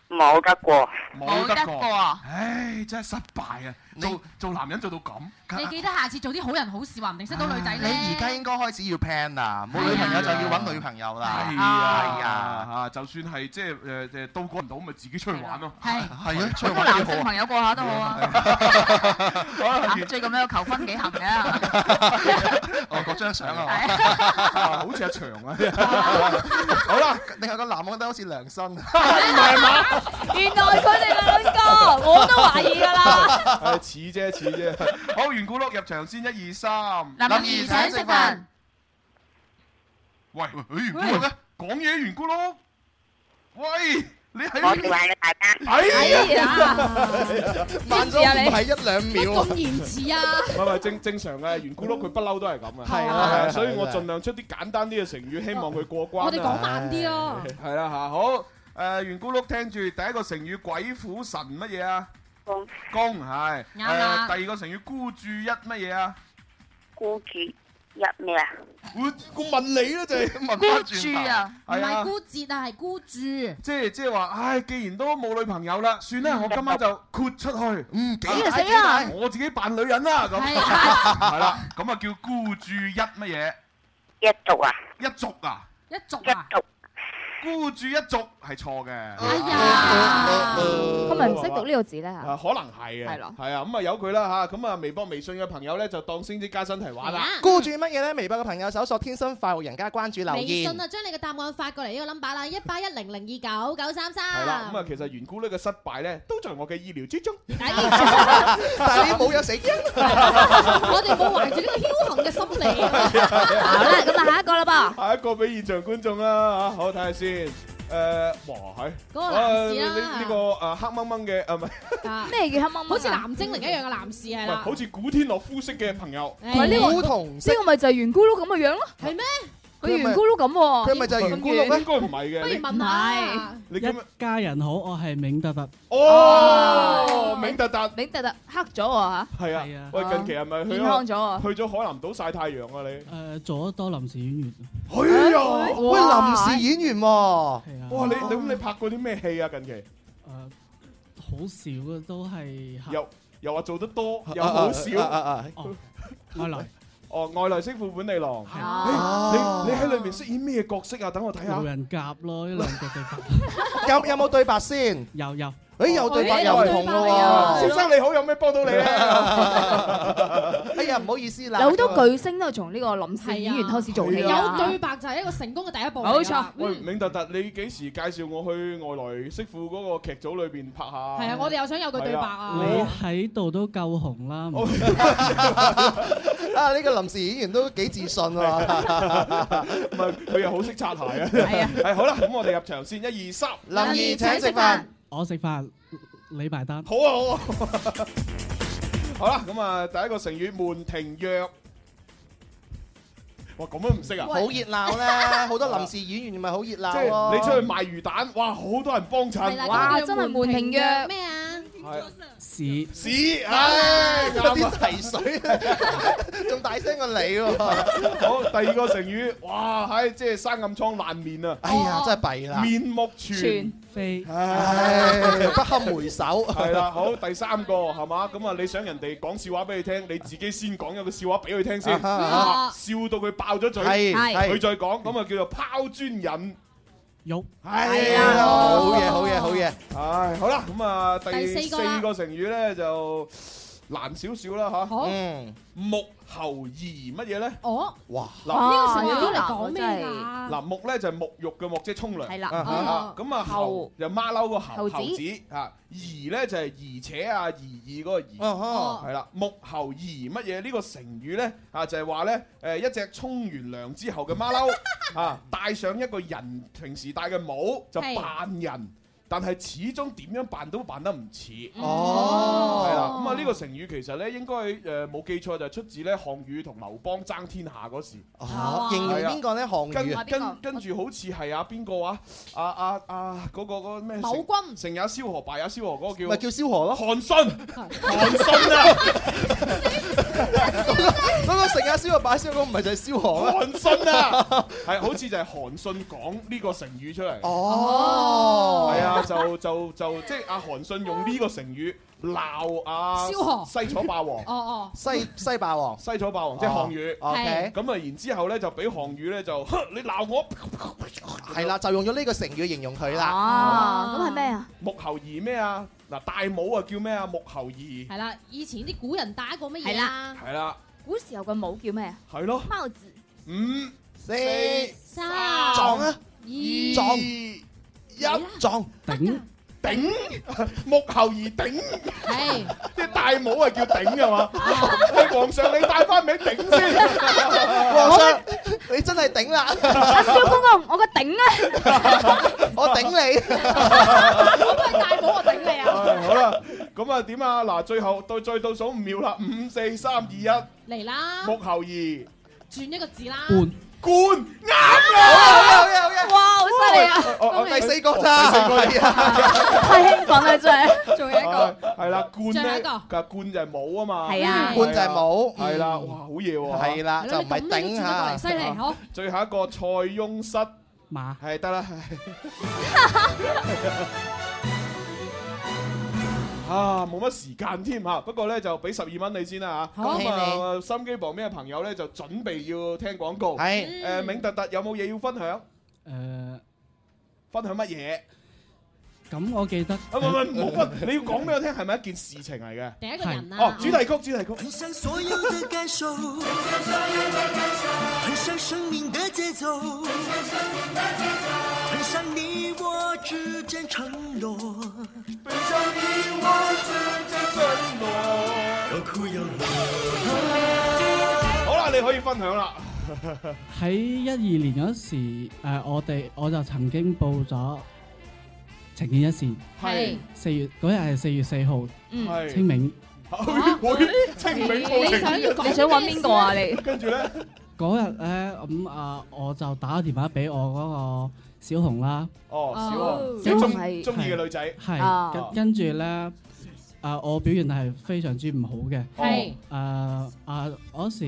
Speaker 14: 冇得過。
Speaker 9: 冇得過
Speaker 15: 啊！
Speaker 9: 唉，真係失敗啊！做做男人做到咁，
Speaker 15: 你記得下次做啲好人好事，話唔定識到女仔
Speaker 10: 你
Speaker 15: 咧。
Speaker 10: 而家應該開始要 plan 啦，冇女朋友就要揾女朋友啦。
Speaker 9: 係
Speaker 15: 哎
Speaker 9: 啊，係啊，嚇！就算係即係誒誒都過唔到，咪自己出去玩咯。
Speaker 15: 係
Speaker 10: 係啊，
Speaker 9: 出去
Speaker 15: 多男性朋友過下都好啊，
Speaker 9: 好
Speaker 15: 最咁樣求婚幾行嘅。
Speaker 10: 哦，嗰張相啊，
Speaker 9: 好似阿長 啊。好啦，
Speaker 10: 另外個男我覺得好似梁生。
Speaker 11: 原來佢哋兩 個，我都懷疑㗎啦。
Speaker 9: 係似啫似 啫。好，圓咕碌入場先，一二三。
Speaker 11: 林怡請食飯。
Speaker 9: 喂，誒圓咕碌咧，講嘢圓咕碌。喂，你喺
Speaker 14: 我哋玩嘅大家。
Speaker 9: 哎
Speaker 10: 呀
Speaker 9: 呀，
Speaker 10: 慢咗唔係一兩秒。
Speaker 4: 遲啊！
Speaker 9: 唔係唔係正正常嘅，圓咕碌佢不嬲都係咁啊。
Speaker 10: 係啊
Speaker 9: 係
Speaker 10: 係啊
Speaker 9: 所以我盡量出啲簡單啲嘅成語，希望佢過關啊。
Speaker 4: 我哋講慢啲咯
Speaker 9: 係啦嚇，好誒，圓咕碌聽住第一個成語鬼斧神乜嘢啊？
Speaker 14: 公
Speaker 9: 公係。
Speaker 14: 啱啦
Speaker 9: 誒第二個成語孤注一乜嘢啊？
Speaker 14: 孤注一咩啊？
Speaker 9: 我我問你啦，就係問
Speaker 4: 孤注啊，唔
Speaker 9: 係
Speaker 4: 係
Speaker 9: 啊。
Speaker 4: 孤折啊，係孤注。
Speaker 9: 即係即係話，唉，既然都冇女朋友啦，算啦，我今晚就豁出去，嗯，
Speaker 4: 幾大死啦
Speaker 9: 我自己扮女人啦，咁
Speaker 4: 係
Speaker 9: 係啦，咁啊叫孤注一乜嘢？
Speaker 14: 一族啊？
Speaker 9: 一族啊？
Speaker 15: 一族啊？
Speaker 9: 孤注一族係錯嘅。哎
Speaker 11: 呀
Speaker 9: 佢
Speaker 11: 佢咪唔識讀呢個字咧
Speaker 9: 啊，可能係嘅，
Speaker 11: 係咯
Speaker 9: 係啊，咁啊由佢啦嚇，咁啊微博、微信嘅朋友咧就當升職加薪題玩啦。
Speaker 10: 孤 注乜嘢咧？微博嘅朋友搜索天生快活人家關注留
Speaker 4: 微
Speaker 10: 言
Speaker 4: 信。啊，將你嘅答案發過嚟呢個 number 啦，一八一零零二九九三
Speaker 9: 係啦，
Speaker 4: 三
Speaker 9: 咁。啊其實圓咕呢嘅失敗咧，都在我嘅意料之 中。
Speaker 10: 但係你冇有死因，
Speaker 4: 我哋冇懷住呢個僥倖嘅心 理。
Speaker 9: 好
Speaker 11: 啦，咁啊下一 個啦噃。
Speaker 9: 下一個俾現場觀眾啦嚇，好睇下先。誒，哇係。
Speaker 4: 嗰個男士啦
Speaker 9: 啊呢呢個誒黑掹掹嘅啊唔係，
Speaker 11: 咩叫黑掹掹啊
Speaker 4: 好似藍精靈一樣嘅男士係
Speaker 9: 喂
Speaker 4: 啦。
Speaker 9: 好似古天樂膚色嘅朋友。
Speaker 11: 唔係呢個呢個咪就係圓咕碌咁嘅樣咯。
Speaker 4: 係咩？
Speaker 11: 佢圓咕碌咁喎。
Speaker 9: 應該唔係嘅。你
Speaker 4: 問下
Speaker 9: 你
Speaker 16: 一家人好，我係銘特特。
Speaker 9: 哦，明特特，
Speaker 11: 明特特黑咗喎
Speaker 9: 係啊，喂，近期係咪去
Speaker 11: 健康咗啊
Speaker 9: 去咗海南島曬太陽啊？你
Speaker 16: 誒，做咗多臨時演員。
Speaker 9: 哎呀，
Speaker 10: 喂，臨時演員喎，哇！
Speaker 9: 哇！你你咁你拍過啲咩戲啊？近期
Speaker 16: 誒，好少嘅都係客
Speaker 9: 又又話做得多，又好少
Speaker 10: 啊啊啊啊
Speaker 16: 哦外來。
Speaker 9: 哦，外來媳婦本地郎，哎
Speaker 10: 啊
Speaker 9: 誒你你喺裏面飾演咩角色啊？等我睇下。
Speaker 16: 無人夾咯，呢兩個對白。
Speaker 10: 有有冇對白先？
Speaker 16: 有有。
Speaker 10: 誒有對白又唔同咯喎。
Speaker 9: 先生你好，有咩幫到你咧？
Speaker 10: 哎呀，唔好意思啦。
Speaker 11: 有好多巨星都係從呢個臨時演員開始做起
Speaker 4: 有對白就係一個成功嘅第一步嚟㗎。
Speaker 11: 冇錯
Speaker 9: 喂，明特特，你幾時介紹我去外來媳婦嗰個劇組裏邊拍下？哦
Speaker 4: 係啊，我哋又想有句對白啊。
Speaker 16: 你喺度都夠紅啦，唔
Speaker 10: 啊，呢個臨時演員都幾自信喎。
Speaker 9: 唔係 佢又好識擦鞋啊！係好啦，咁我哋入場先，一二三，
Speaker 10: 林怡請食飯，
Speaker 16: 我食飯，你埋單。
Speaker 9: 好啊 好啊，好啦，咁啊，第一個成語門庭若，哇，咁樣唔識啊？
Speaker 10: 好熱鬧 啦，好多臨時演員咪好熱
Speaker 9: 即
Speaker 10: 鬧
Speaker 9: 係你出去
Speaker 10: 咯。
Speaker 9: 賣魚蛋，哇，好多人幫襯，
Speaker 11: 哇！真係門庭若
Speaker 4: 咩啊？
Speaker 16: 屎
Speaker 9: 屎，唉，啊
Speaker 10: 有啲提水，仲大聲過你喎。
Speaker 9: 好，第二個成語，哇，係即係生暗瘡爛面啊！
Speaker 10: 哎呀，真係弊啦，
Speaker 9: 面目全
Speaker 16: 非，
Speaker 9: 唉，
Speaker 10: 不堪回首。
Speaker 9: 係啦，好，第三個係嘛？咁啊，你想人哋講笑話俾你聽，你自己先講有個笑話俾佢聽先，
Speaker 10: 啊哈
Speaker 9: 啊笑到佢爆咗嘴，
Speaker 10: 係係
Speaker 9: 佢再講，咁啊叫做拋磚引
Speaker 16: 玉。
Speaker 9: 係
Speaker 10: 係
Speaker 9: 啊，
Speaker 10: 啊好嘢好嘢好嘢
Speaker 9: 唉，好啦，咁啊，第
Speaker 10: 第
Speaker 9: 四
Speaker 10: 四個啦
Speaker 9: 個成語咧就難少少啦吓。
Speaker 10: 好嗯，
Speaker 9: 木猴兒乜嘢咧？
Speaker 11: 哦，
Speaker 9: 哇！
Speaker 11: 呢個成語嚟講咩㗎？
Speaker 9: 嗱木咧就係沐浴嘅沐，即係沖涼。
Speaker 11: 係啦
Speaker 9: 啊哈
Speaker 11: 哦
Speaker 9: 咁啊猴就馬騮個猴
Speaker 11: 猴子
Speaker 9: 猴子啊，兒咧就係兒且啊兒兒嗰個兒。
Speaker 10: 哦
Speaker 9: 係啦，木猴兒乜嘢呢個成語咧啊，就係話咧誒一隻沖完涼之後嘅 馬騮啊，戴上一個人平時戴嘅帽就
Speaker 10: 係嗯
Speaker 9: 扮人。但係始終點樣扮都扮得唔似，
Speaker 10: 哦
Speaker 9: 係啦。咁啊呢個成語其實咧應該誒冇記錯就係出自咧項羽同劉邦爭天下嗰時。
Speaker 10: 哦形容邊個咧項羽
Speaker 9: 跟
Speaker 10: 啊
Speaker 9: 跟跟住好似係啊邊個話啊啊啊嗰個嗰個咩？
Speaker 10: 某
Speaker 9: 君成也蕭何，敗也蕭何嗰個叫
Speaker 10: 咪叫蕭何咯，
Speaker 9: 韓信，韓信啊！
Speaker 10: 嗰個成日燒個擺燒嗰個唔係就係燒河咩？
Speaker 9: 韓信啊，係好似就係韓信講呢個成語出嚟。
Speaker 10: 哦
Speaker 9: 係啊，就就就即係阿韓信用呢個成語鬧啊
Speaker 10: 蕭何
Speaker 9: 西楚霸王。
Speaker 10: 哦哦，西西霸王，
Speaker 9: 西楚霸王即係項羽，
Speaker 10: 哦，OK
Speaker 9: 咁啊，然之後咧就俾項羽咧就，哼你鬧我
Speaker 10: 係啦，就用咗呢個成語形容佢啦。
Speaker 11: 哦，咁係咩啊？
Speaker 9: 木猴兒咩啊？嗱，戴帽啊叫咩啊？木猴兒
Speaker 4: 係啦，以前啲古人打過乜
Speaker 11: 係
Speaker 4: 嘢啊？
Speaker 9: 係啦，
Speaker 11: 古時候嘅帽叫咩啊？
Speaker 9: 係咯，
Speaker 11: 貓字。
Speaker 9: 五
Speaker 10: 四
Speaker 4: 三
Speaker 10: 撞啊！
Speaker 4: 二
Speaker 10: 撞
Speaker 9: 一
Speaker 10: 撞
Speaker 16: 頂
Speaker 9: 頂木猴兒頂，
Speaker 4: 係
Speaker 9: 啲戴帽啊叫頂係嘛？
Speaker 11: 哦
Speaker 9: 喂，皇上你戴翻名頂先，
Speaker 10: 皇上你真係頂啦！
Speaker 11: 阿蕭公公，我個頂啊！
Speaker 10: 我頂你，
Speaker 11: 我都係戴帽，我頂你啊！
Speaker 9: 唉好啦，咁啊點啊？嗱，最後到再倒數五秒啦，五四三二一，
Speaker 4: 嚟啦，
Speaker 9: 木猴兒
Speaker 4: 轉一個字啦。
Speaker 9: 冠啱
Speaker 10: 好
Speaker 9: 啦！
Speaker 10: 嘢好嘢！
Speaker 11: 哇，好犀利啊！
Speaker 9: 哦哦
Speaker 10: 第四個咋？
Speaker 9: 第四個
Speaker 10: 係啊
Speaker 11: 太興奮啦，真係。仲有一個。
Speaker 9: 係啦，冠
Speaker 11: 最後
Speaker 9: 咧，
Speaker 11: 一個
Speaker 9: 㗎冠就係帽啊嘛，
Speaker 11: 係啊
Speaker 10: 冠就係帽
Speaker 9: 係啦，哇，好嘢喎，
Speaker 10: 係啦，就唔係頂嚇。
Speaker 4: 犀利好。
Speaker 9: 最後一個塞翁失
Speaker 16: 馬，
Speaker 9: 係得啦。啊，冇乜時間添嚇，不過咧就俾十二蚊你先啦嚇。
Speaker 10: 好
Speaker 9: 咁啊，心機旁邊嘅朋友咧就準備要聽廣告。
Speaker 10: 係
Speaker 9: 誒，銘特特有冇嘢要分享？
Speaker 16: 誒，
Speaker 9: 分享乜嘢？
Speaker 16: 咁我記得。
Speaker 9: 啊，唔唔唔，好分，你要講俾我聽係咪一件事情嚟嘅？
Speaker 16: 第一個人啊
Speaker 9: 哦，主題曲，主題曲。
Speaker 6: 很像所有的感受，很像生命的节奏，很像你我之间
Speaker 9: 哎
Speaker 6: 承诺，很像你我之间承诺，有哭有乐。
Speaker 9: 好啦，你可以分享啦。
Speaker 16: 喺一二年嗰時，誒、我哋我就曾經報咗情牽一線，
Speaker 9: 係
Speaker 16: 四月嗰日係四月四號，
Speaker 9: 嗯係
Speaker 16: 清明
Speaker 9: 會清明過程。
Speaker 11: 你想揾邊個啊？你
Speaker 9: 跟住咧，
Speaker 16: 嗰日咧，咁、啊我就打電話俾我嗰個小紅啦，
Speaker 9: 哦，小
Speaker 11: 哦
Speaker 9: 紅，
Speaker 11: 小紅
Speaker 9: 你中中
Speaker 11: 係
Speaker 9: 意嘅女仔，
Speaker 16: 係、
Speaker 11: 啊
Speaker 16: 跟跟住咧，誒、我表現係非常之唔好嘅，
Speaker 9: 哦
Speaker 11: 係
Speaker 16: 誒、啊嗰時。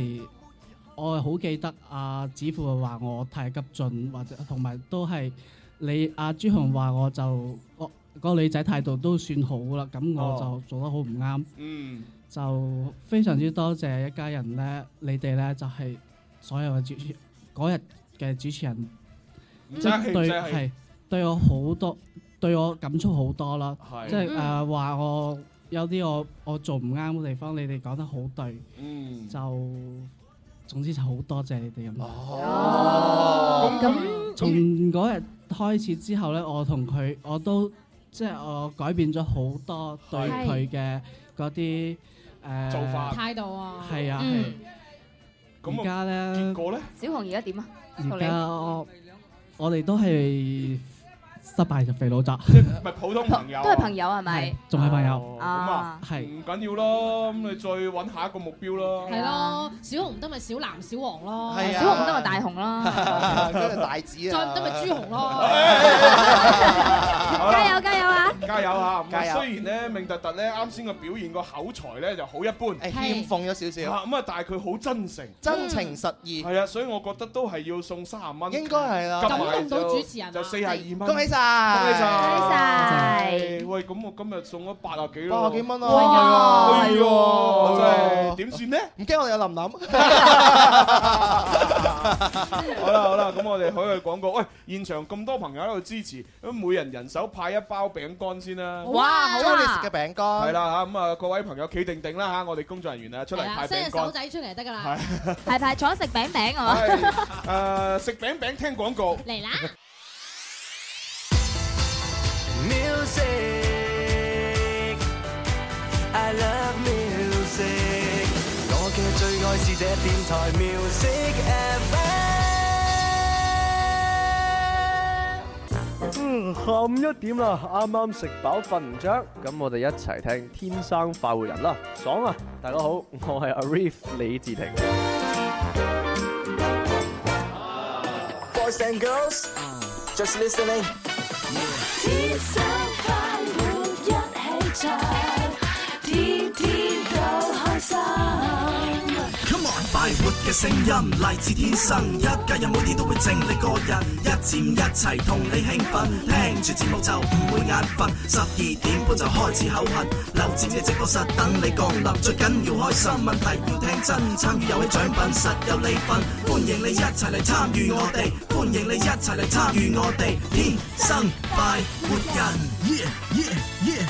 Speaker 16: 我係好記得阿子富係話我太急進，或者同埋都係你阿朱紅話我就我個女仔態度都算好啦，咁我
Speaker 9: 哦
Speaker 16: 就做得好唔啱，
Speaker 9: 嗯，
Speaker 16: 就非常之多謝一家人咧，你哋咧就係、所有嘅主持嗰日嘅主持人，
Speaker 9: 唔
Speaker 16: 即
Speaker 9: 嗯爭氣
Speaker 16: 係
Speaker 9: 唔
Speaker 16: 對
Speaker 9: 爭氣
Speaker 16: 係對我好多，對我感觸好多啦，
Speaker 9: 係
Speaker 16: 即係誒
Speaker 9: 嗯
Speaker 16: 話我有啲我我做唔啱嘅地方，你哋講得好對，
Speaker 9: 嗯，
Speaker 16: 就總之就好多謝你哋咁。
Speaker 9: 哦
Speaker 16: 咁從嗰日開始之後咧，我同佢我都即係我改變咗好多對
Speaker 4: 係
Speaker 16: 佢嘅嗰啲誒
Speaker 4: 做法態度啊
Speaker 16: 係啊
Speaker 4: 嗯
Speaker 16: 係。而家咧，結
Speaker 9: 啊果咧，
Speaker 11: 小紅而家點啊？
Speaker 16: 而家我我哋都係失敗就肥佬宅，
Speaker 9: 咪普通朋友啊，
Speaker 11: 都係朋友係咪？
Speaker 16: 仲係朋
Speaker 9: 咁
Speaker 16: 友。
Speaker 9: 啊
Speaker 11: 啊，
Speaker 16: 係
Speaker 9: 唔緊要咯，咁你再揾下一個目標咯。
Speaker 4: 係咯，小紅唔得咪小藍小黃咯，
Speaker 9: 係啊
Speaker 11: 小紅唔得咪大紅啦，
Speaker 10: 跟住大子啊，
Speaker 4: 再唔得咪朱紅咯。
Speaker 11: 加油加油啊！
Speaker 9: 加油 嚇！咁啊
Speaker 10: 加油
Speaker 9: 雖然咧，命特特咧啱先嘅表現個口才咧就好一般，
Speaker 10: 欠奉咗少少
Speaker 9: 啊咁啊，但係佢好真誠，
Speaker 10: 真情實意。
Speaker 9: 係啊，所以我覺得都係要送三十蚊，
Speaker 10: 應該係啦
Speaker 9: 夾埋
Speaker 10: 感動到主
Speaker 9: 就
Speaker 10: 持人啊
Speaker 9: 就四廿二蚊，
Speaker 10: 恭喜晒
Speaker 9: 恭喜晒，
Speaker 10: 恭喜晒
Speaker 9: 喂，咁我今日送咗八啊幾咯，
Speaker 10: 八啊幾蚊啊
Speaker 9: 哇哎
Speaker 10: 係喎
Speaker 9: 呀，真
Speaker 10: 係
Speaker 9: 係
Speaker 10: 喎
Speaker 9: 點算呢？
Speaker 10: 唔驚我哋有林林。
Speaker 9: 好啦好啦，咁我哋可以廣告。喂，現場咁多朋友喺度支持，咁每人人手派一包餅乾先啦。
Speaker 10: 哇好啊好啊 Chalice 嘅餅乾
Speaker 9: 係啦嚇，咁啊各位朋友企定定啦嚇，我哋工作人員啊出嚟派
Speaker 4: 伸隻
Speaker 9: 餅
Speaker 4: 手
Speaker 9: 乾。
Speaker 4: 仔出嚟就得㗎
Speaker 9: 係
Speaker 4: 啦。
Speaker 11: 係排坐食餅餅係嘛？
Speaker 9: 係誒食餅餅聽廣告。
Speaker 4: 嚟啦！
Speaker 6: Music, I love music。我嘅最愛是這電台 Music FM。
Speaker 13: 嗯，下午一點啦，啱啱食飽瞓唔着，咁我哋一齊聽《天生快活人》啦，爽啊！大家好，我係 Arif 李志廷。
Speaker 6: Boys and girls, just listening。
Speaker 17: 天生快活一起唱，天天都開心。
Speaker 6: Come on，快活嘅聲音嚟自天生，一家人每天都會正，你個人一佔一齊同你興奮，聽住節目就唔會眼瞓，十二點半就開始口痕，留自己嘅直播室等你降臨，最緊要開心，問題要聽真，參與遊戲獎品實有你份，歡迎你一齊嚟參與我哋，歡迎你一齊嚟參與我哋，天生快活人，yeah yeah yeah。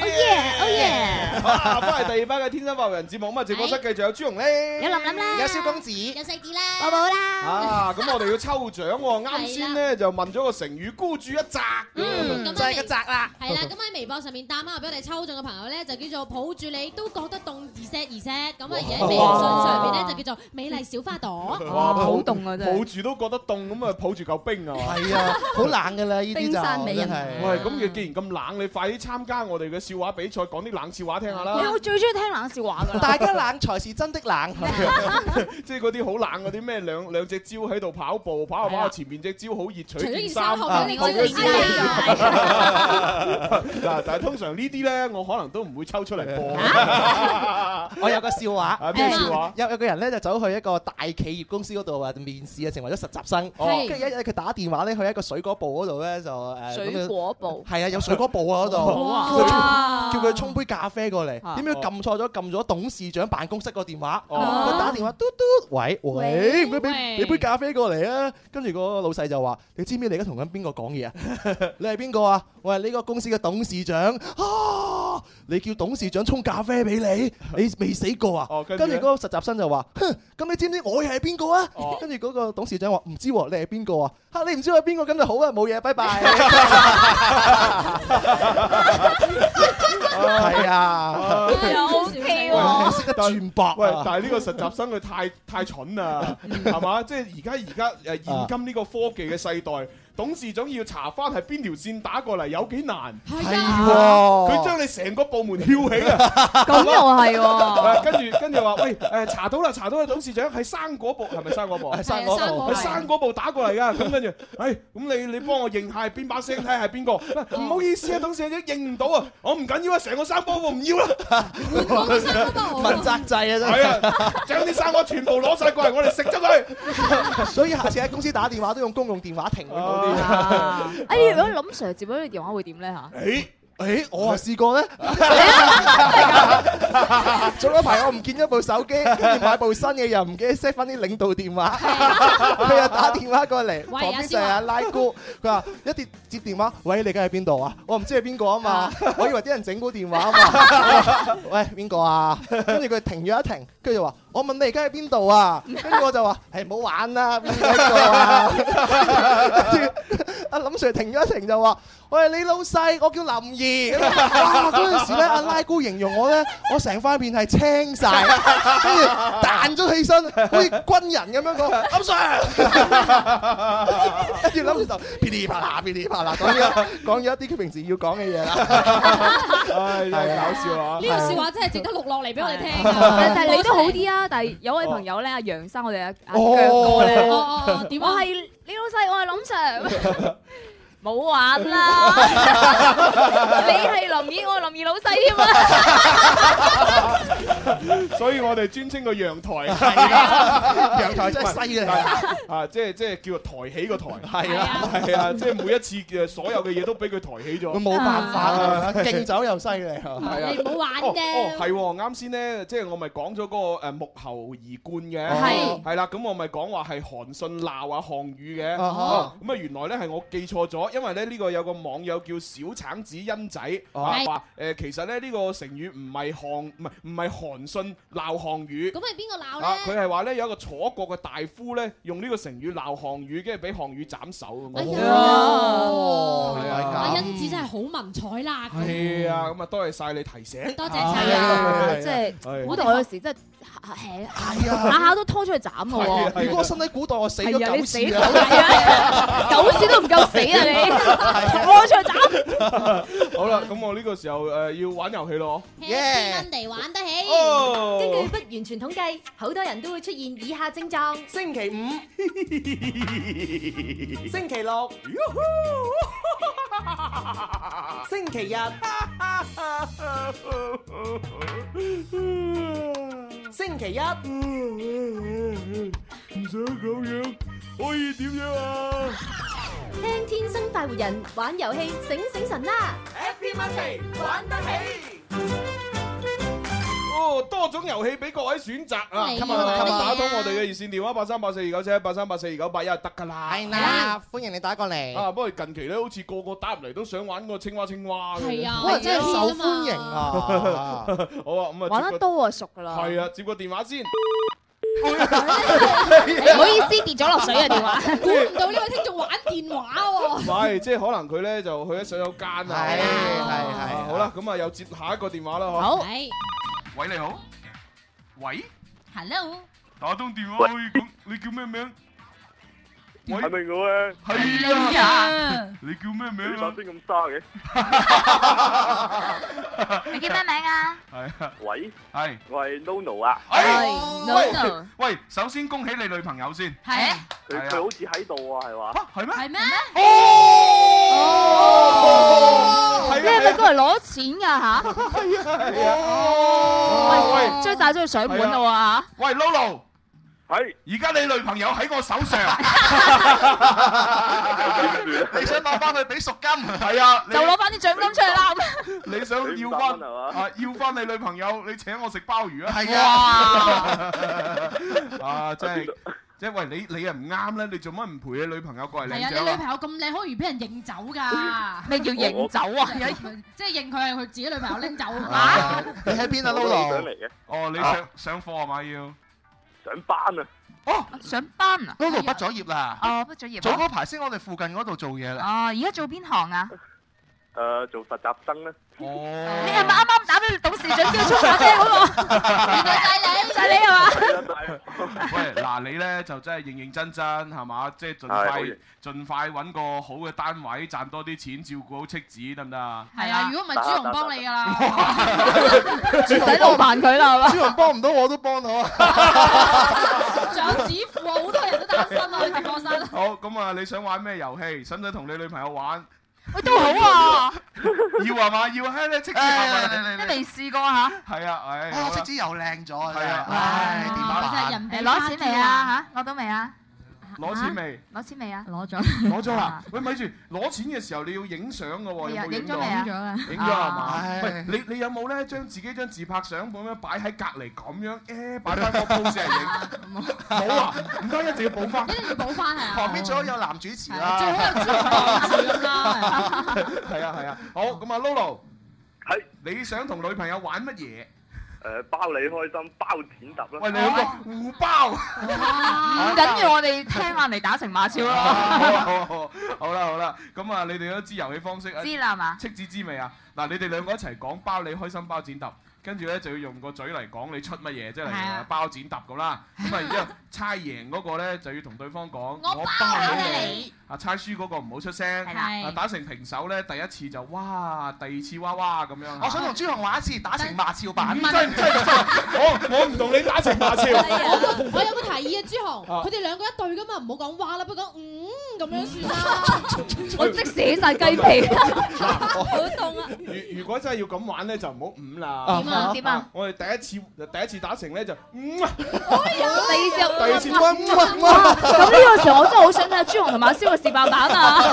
Speaker 9: Oh yeah, oh yeah！啊，翻嚟第二班嘅《天生快活人》節目，咁啊，直播室繼續有朱紅咧，
Speaker 10: 有林林啦有蕭
Speaker 9: 公子，
Speaker 4: 有細啲啦，
Speaker 11: 寶寶啦。
Speaker 9: 啊，咁我哋要抽獎喎，啱先咧就問咗個成語孤注一擲，
Speaker 4: 嗯咁樣就係個擲
Speaker 10: 啦
Speaker 4: 係啦，咁喺微博上面答啱俾我哋抽中嘅朋友咧，就叫做抱住你都覺得凍而錫而錫，咁啊而喺微信上面咧就叫做美麗小花朵。
Speaker 9: 哇，
Speaker 10: 啊
Speaker 9: 抱住都覺得凍，咁啊抱住嚿冰啊，
Speaker 10: 係啊好 冷㗎 啦呢啲就冰山美人真係啊
Speaker 9: 喂，咁你既然咁冷，你快啲參加我哋嘅笑話比賽，講啲冷笑話聽下
Speaker 11: 因為
Speaker 9: 啦
Speaker 10: 啊
Speaker 11: 我。最中意聽冷笑話㗎啦。
Speaker 10: 大家冷才是真的冷。
Speaker 9: 即係嗰啲好冷嗰啲咩兩兩隻蕉喺度跑步，跑下跑下前面隻蕉好熱，取
Speaker 10: 除咗
Speaker 9: 件
Speaker 10: 件
Speaker 9: 衫
Speaker 10: 衫後面另外一
Speaker 9: 嗰
Speaker 10: 隻
Speaker 9: 啲嗱，但係通常呢啲咧，我可能都唔會抽出嚟播。
Speaker 10: 我有個笑話
Speaker 9: 啊，咩笑話
Speaker 10: 有有個人咧就走去一個大企業公司嗰度啊面試啊，成為咗實習生。
Speaker 9: 哦
Speaker 10: 跟住一日佢打電話咧去一個水果部嗰度咧就誒
Speaker 11: 水果
Speaker 9: 哦
Speaker 11: 部
Speaker 10: 係啊有水果部啊嗰度，
Speaker 11: 哇
Speaker 10: 叫佢沖杯咖啡過嚟，
Speaker 11: 啊
Speaker 10: 點解撳錯咗撳咗董事長辦公室個電話，
Speaker 9: 哦
Speaker 10: 佢打 電話嘟嘟，喂喂，唔該
Speaker 9: 喂
Speaker 10: 俾俾杯咖啡過嚟啊！跟住個老細就話：你知唔知你而家同緊邊個講嘢啊？ 你係邊個啊？我係呢個公司嘅董事長啊！你叫董事長沖咖啡俾 你，你未死過啊？
Speaker 9: 哦跟
Speaker 10: 跟
Speaker 9: 住
Speaker 10: 住
Speaker 9: 呢
Speaker 10: 嗰個實習生就話：哼，咁你知唔知我又係邊個啊
Speaker 9: 哦？
Speaker 10: 跟住嗰個董事長話：唔知喎，你係邊個啊？嚇，你唔知我係邊個咁就好啊，冇嘢，拜 拜。 哎係啊，
Speaker 11: OK
Speaker 9: 喂
Speaker 10: 識得轉博啊。嗯
Speaker 9: 喂，但係呢個實習生佢太太蠢啦，係嘛？即係而家而家誒現今呢個科技嘅世代。董事長要查翻係邊條線打過嚟有幾難，
Speaker 10: 係啊喎
Speaker 9: 佢將你成個部門翹起啊！
Speaker 11: 咁又係喎
Speaker 9: 跟住跟住話喂誒查到啦查到啦，董事長喺生果部係咪生果部？
Speaker 10: 係生果部係生果部
Speaker 9: 喺生果部打過嚟㗎。咁跟住，誒咁你你幫我認下係邊把聲睇下係 邊個？唔好意思啊，董事長認唔到啊，我唔緊要啊，成個生果部唔要啦。
Speaker 10: 問責制啊，真
Speaker 9: 係啊，將啲生果全部攞晒過嚟，我哋食咗佢。
Speaker 10: 所以下次喺公司打電話都用公用電話亭會好啲。
Speaker 11: 哎，如果林 Sir 接咗你電話會點咧嚇？
Speaker 9: 誒
Speaker 10: 誒，我啊試 過咧，早嗰排我唔見咗部手機，跟住買部新嘅又唔記得 set 翻啲領導電話，佢又打電話過嚟，旁邊就係阿拉姑，佢話一接接電話，喂你而家喺邊度啊？我唔知係邊個啊嘛，我以為啲人整蠱電話啊嘛，喂邊個啊？跟住佢停咗一停，跟住就話我問你而家喺邊度啊？跟住我就話誒唔好玩啦，邊個啊？跟住阿林 Sir 停咗一停就話：喂，你老細，我叫林怡。哇！嗰陣時咧，阿拉姑形容我咧，我成塊面係青晒，跟住彈咗起身，好似軍人咁樣講，林 Sir。跟住林 Sir 就噼里啪啦、噼里啪啦講 咗講咗一啲佢平時要講嘅嘢啦。
Speaker 9: 唉，真係搞笑啊！
Speaker 4: 呢個笑話真係值得錄落嚟俾我哋聽
Speaker 11: 但
Speaker 4: 㗎。
Speaker 11: 但係你都好啲啊！但係有位朋友咧，阿楊生，我哋阿阿
Speaker 9: 哦
Speaker 11: 姜哥咧，
Speaker 9: 哦哦哦點啊
Speaker 11: 我係你老細，我係林 Sir。冇玩啦！你係林二，我係林二老細添啊！
Speaker 9: 所以我哋專稱個陽台，
Speaker 10: 係啊陽台真係犀利
Speaker 9: 啊！即係即係叫做抬起個台，
Speaker 10: 係啊
Speaker 9: 係啊！即係每一次嘅所有嘅嘢都俾佢抬起咗，
Speaker 10: 冇辦法啊
Speaker 9: 啊，
Speaker 10: 敬酒又犀利啊！
Speaker 9: 係啊
Speaker 4: 你唔好玩
Speaker 9: 哦
Speaker 4: 啫
Speaker 9: 哦，係喎，啱先咧，即係我咪講咗嗰個誒木猴而冠嘅，哦
Speaker 4: 係
Speaker 9: 係啦，咁我咪講話係韓信鬧啊項羽嘅，
Speaker 10: 啊哈
Speaker 9: 哦咁啊原來咧係我記錯咗，因為咧呢個有個網友叫小橙子欣仔啊
Speaker 4: 哦係
Speaker 9: 話誒，其實咧呢個成語唔係項唔係唔係韓信鬧項羽，
Speaker 4: 咁係邊個鬧
Speaker 9: 啊
Speaker 4: 咧？
Speaker 9: 佢係話咧有一個楚國嘅大夫咧用呢個成語鬧項羽，跟住俾項羽斬首咁樣。
Speaker 4: 哎呀
Speaker 9: 哦係啊
Speaker 4: 阿欣子真係好文采啦！
Speaker 9: 係啊，咁啊多謝晒你提醒，
Speaker 4: 多謝
Speaker 11: 係
Speaker 4: 晒
Speaker 9: dạ,
Speaker 11: 啊，
Speaker 9: 係
Speaker 11: 即係
Speaker 9: 係
Speaker 11: 古代 有時真係係
Speaker 10: 啊
Speaker 11: 下下都拖出去斬嘅
Speaker 10: 係啊
Speaker 11: 喎。
Speaker 10: 如果我身喺古代，我死咗
Speaker 11: 係啊你
Speaker 10: 九
Speaker 11: 死
Speaker 10: 次
Speaker 11: 九次啊九次都唔夠死啊你拖出去斬。
Speaker 9: 好啦，咁我呢個時候誒要玩遊戲咯。
Speaker 18: 輕地玩得起
Speaker 9: 哦
Speaker 18: 根據不完全統計，好多人都會出現以下症狀：星期五
Speaker 1: 星期六，星期日，星期一，
Speaker 6: 唔想咁樣，可以點樣啊？
Speaker 18: 聽天生快活人玩遊戲，醒醒神啦！Happy Monday，玩得起。
Speaker 9: 哦，多種遊戲俾各位選擇啊！
Speaker 10: 係
Speaker 9: 咁
Speaker 10: 啊
Speaker 9: 啊，
Speaker 10: 係啊
Speaker 9: 打通我哋嘅熱線電話八三八四二九七八三八四二九八一就得㗎啦。
Speaker 10: 係啦，歡迎你打過嚟。
Speaker 9: 啊，不過近期咧，好似個個打入嚟都想玩個青蛙青蛙咁
Speaker 10: 係啊可能真係受歡迎啊
Speaker 9: 好啊，咁啊，
Speaker 11: 玩得多啊，熟噶啦。
Speaker 9: 係啊，接個電話先。
Speaker 11: 唔好意思，跌咗落水
Speaker 4: à,
Speaker 11: 啊電話。
Speaker 4: 估唔到呢位聽眾玩電話
Speaker 9: 唔
Speaker 4: 喎，
Speaker 9: 係，即係可能佢咧就去咗洗手間啊。係係係。好啦，咁啊又接下一個電話啦，嗬。
Speaker 4: 好，
Speaker 9: 喂，你好。喂，
Speaker 4: Hello，
Speaker 9: 打通電話可以講，你叫咩名？喂，係咪我啊？
Speaker 6: 係你啊！
Speaker 9: 你叫咩名
Speaker 6: 把
Speaker 9: 啊？
Speaker 6: 聲咁沙嘅，
Speaker 15: 你叫咩名啊？
Speaker 9: 係啊。
Speaker 6: 喂，
Speaker 9: 係，
Speaker 6: 我係 Nono 啊，
Speaker 9: 哎喂
Speaker 15: Nono
Speaker 9: 喂，首先恭喜你女朋友先。
Speaker 15: 係
Speaker 6: 佢佢好似喺度啊，係嘛？
Speaker 9: 係咩？
Speaker 15: 係咩？
Speaker 11: 哦
Speaker 6: 係啊
Speaker 11: 你係咪過嚟攞錢㗎吓？
Speaker 9: 係啊
Speaker 11: 喂，追債追到上門
Speaker 9: 係
Speaker 11: 啦
Speaker 9: 喂，Lolo，
Speaker 6: 係，
Speaker 9: 而家你女朋友喺我手 上，
Speaker 6: 你想攞翻去俾贖金？
Speaker 9: 係啊，
Speaker 11: 喎
Speaker 9: 你
Speaker 11: 嚇，就攞翻啲獎金出嚟啦！
Speaker 9: 你想要翻啊？要翻你女朋友，你請我食鮑魚啊？
Speaker 6: 係啊
Speaker 9: 哇！ 啊，真係，即係喂你你又唔啱咧，你做乜唔陪你女朋友過嚟
Speaker 4: 係啊，
Speaker 9: 領
Speaker 4: 你女
Speaker 9: 獎
Speaker 4: 朋
Speaker 9: 啊？
Speaker 4: 友咁靚，好易俾人認走㗎。
Speaker 11: 咩叫認走啊
Speaker 4: 即係即係認佢係佢自己女朋友拎走
Speaker 9: 啊
Speaker 4: 啊！
Speaker 10: 你喺邊啊
Speaker 6: 想
Speaker 10: ，Lolo？
Speaker 6: 嚟嘅，啊
Speaker 9: 哦，你上上課係咪要？
Speaker 6: 上班啊，
Speaker 19: 上班啊？
Speaker 20: Lulu 畢咗業啦，
Speaker 19: 哦，畢咗業啊。
Speaker 20: 早嗰排先我哋附近嗰度做嘢啦。
Speaker 19: 哦，而家做邊行 啊？
Speaker 6: 誒做實習生咧。
Speaker 9: 哦，
Speaker 19: 你係咪啱啱打俾董事長叫出發啫？
Speaker 11: 啊就係
Speaker 19: 啊
Speaker 11: 你係嘛？
Speaker 9: 喂，嗱你咧就真係認認真真係嘛，即係盡
Speaker 6: 係
Speaker 9: 快
Speaker 6: 好嘢
Speaker 9: 盡快揾個好嘅單位，賺多啲錢，照顧好戚子得唔得啊？
Speaker 4: 係啊，如果唔係朱紅幫你㗎啦。
Speaker 11: 唔使勞 煩佢啦，係嘛？
Speaker 10: 朱紅幫唔到我都幫到啊！
Speaker 4: 仲有指父啊，好多人都單身啊，你直播室。
Speaker 9: 好，咁啊，你想玩咩遊戲？使唔使同你女朋友玩？
Speaker 11: 喂，都好啊，
Speaker 9: 要係嘛？要啊係咧，即刻
Speaker 11: 都未試過嚇。
Speaker 4: 哎
Speaker 9: 係啊，唉，
Speaker 20: 啊，
Speaker 9: 好
Speaker 20: 戚
Speaker 9: 啦
Speaker 20: 子又靚咗啊！
Speaker 9: 係啊
Speaker 20: 唉，
Speaker 19: 誒
Speaker 20: 點辦？
Speaker 19: 攞錢未啊？嚇，攞到未啊？
Speaker 9: 攞錢未？
Speaker 19: 攞錢未啊？
Speaker 11: 攞咗。
Speaker 9: 攞咗啦！喂，咪住，攞錢嘅時候你要影相嘅
Speaker 19: 係
Speaker 9: 喎，有
Speaker 19: 啊
Speaker 9: 冇影
Speaker 19: 影
Speaker 9: 到
Speaker 19: 咗未啊影咗啦
Speaker 9: 影咗係嘛
Speaker 19: 啊？
Speaker 9: 喂，你你有冇咧將自己張自拍相咁樣擺喺隔離咁樣？ 誒，擺翻個 pose 嚟 影。冇啊，唔得，一定要補翻。
Speaker 4: 一定要補翻係啊！
Speaker 20: 旁邊最好有男主持啦，
Speaker 4: 最好有朱紅幫住咁啦。
Speaker 9: 係啊係啊，好咁啊，Lolo，係你想同女朋友玩乜嘢？
Speaker 6: 誒包你開心，包剪揼啦！
Speaker 9: 喂，你有個互包。
Speaker 19: 哦
Speaker 11: 唔緊要，我哋聽下嚟打成馬 超咯。
Speaker 9: 好好啦好啦，咁啊，你哋都知遊戲方式啊？
Speaker 11: 知啦係嘛
Speaker 9: 戚子知未啊？嗱，你哋兩個一齊講包你開心包剪揼，跟住咧就要用個嘴嚟講你出乜嘢，即係
Speaker 15: 係
Speaker 9: 例如
Speaker 15: 啊
Speaker 9: 包剪揼咁啦。咁啊，然之後猜贏嗰個咧就要同對方講
Speaker 15: 我包咗你。
Speaker 9: 啊，猜輸嗰個唔好出聲。
Speaker 15: 係啦
Speaker 9: 啊，打成平手咧，第一次就哇，第二次哇哇咁樣。啊
Speaker 20: 我想同朱紅玩一次打成麻椒版，
Speaker 9: 真真真， 我我唔同你打成麻椒。
Speaker 15: 啊
Speaker 4: 我我有個提議啊，朱紅，
Speaker 9: 啊
Speaker 4: 佢哋兩個一對噶嘛，唔好講話啦，不過講嗯咁 樣算啦。
Speaker 11: 我即時起晒雞皮，
Speaker 9: 好
Speaker 11: 凍啊！
Speaker 9: 如如果真係要咁玩咧，就唔好五啦。
Speaker 11: 點啊點啊！
Speaker 9: 我哋第一次第一次打成咧就五啊，
Speaker 11: 第
Speaker 9: 第二
Speaker 11: 二
Speaker 9: 次
Speaker 11: 次
Speaker 9: 哇哇
Speaker 11: 哇！咁呢個時候我真係好想睇下朱紅同馬蕭嘅示爆彈啊！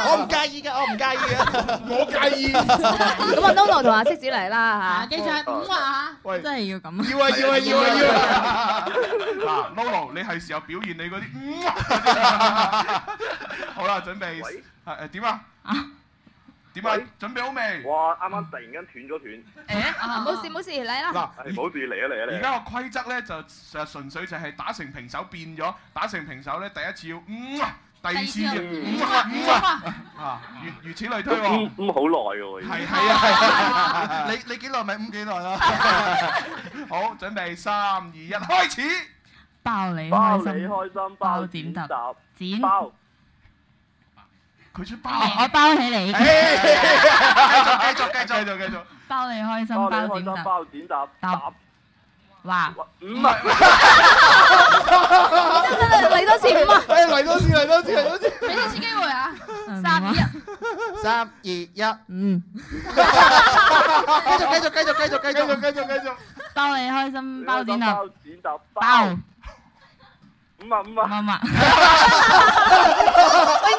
Speaker 10: 我唔介意㗎，我唔介 意嘅，
Speaker 9: 我介意。
Speaker 11: 咁啊，Nono 同阿色子嚟啦
Speaker 19: 記住係五啊
Speaker 9: 喂
Speaker 19: 嚇，真係要咁。
Speaker 9: 要啊要啊要啊要啊！ 嗱，Lolo，你係時候表現你嗰啲五啊嗰啲啦 好啦，準備係誒點啊？點啊？準備好未？
Speaker 21: 哇！啱啱突然間斷咗斷，
Speaker 11: 嚇，冇事冇事嚟 啦！
Speaker 9: 嗱，
Speaker 21: 係冇事嚟啊嚟啊
Speaker 9: 而
Speaker 21: 嚟啊！
Speaker 9: 家個規則咧就就純粹就係打成平手變咗，打成平手咧第一次要五啊，第二次要五啊五啊，啊如如此類推喎。
Speaker 21: 咁好耐喎，
Speaker 9: 係係啊係啊！
Speaker 20: 你你幾耐咪五幾耐啦？
Speaker 9: 好，準備三二一，開始。
Speaker 19: 包你
Speaker 21: 包
Speaker 19: 開
Speaker 21: 你
Speaker 19: 心，
Speaker 21: 開心，包
Speaker 19: 點
Speaker 21: 點
Speaker 19: 搭
Speaker 21: 搭，
Speaker 19: 剪
Speaker 21: 包。
Speaker 9: 佢出包，
Speaker 19: 我包起你，
Speaker 9: 繼續繼續繼續繼續。
Speaker 19: 包你開心，
Speaker 21: 包你
Speaker 19: 包
Speaker 21: 開
Speaker 19: 點
Speaker 21: 心，
Speaker 19: 搭，
Speaker 21: 包點搭，
Speaker 19: 搭哇！
Speaker 21: 唔係
Speaker 11: 嚟多 次五啊！
Speaker 10: 嚟多次嚟多次嚟多次，
Speaker 19: 俾多次機會啊！三二一，
Speaker 10: 三二一，
Speaker 19: 嗯，
Speaker 10: 繼續繼續繼續繼續繼續
Speaker 9: 繼續繼續，
Speaker 19: 包你開心，包點搭，
Speaker 21: 包點搭，
Speaker 19: 包
Speaker 21: 五啊五啊，
Speaker 19: 五啊！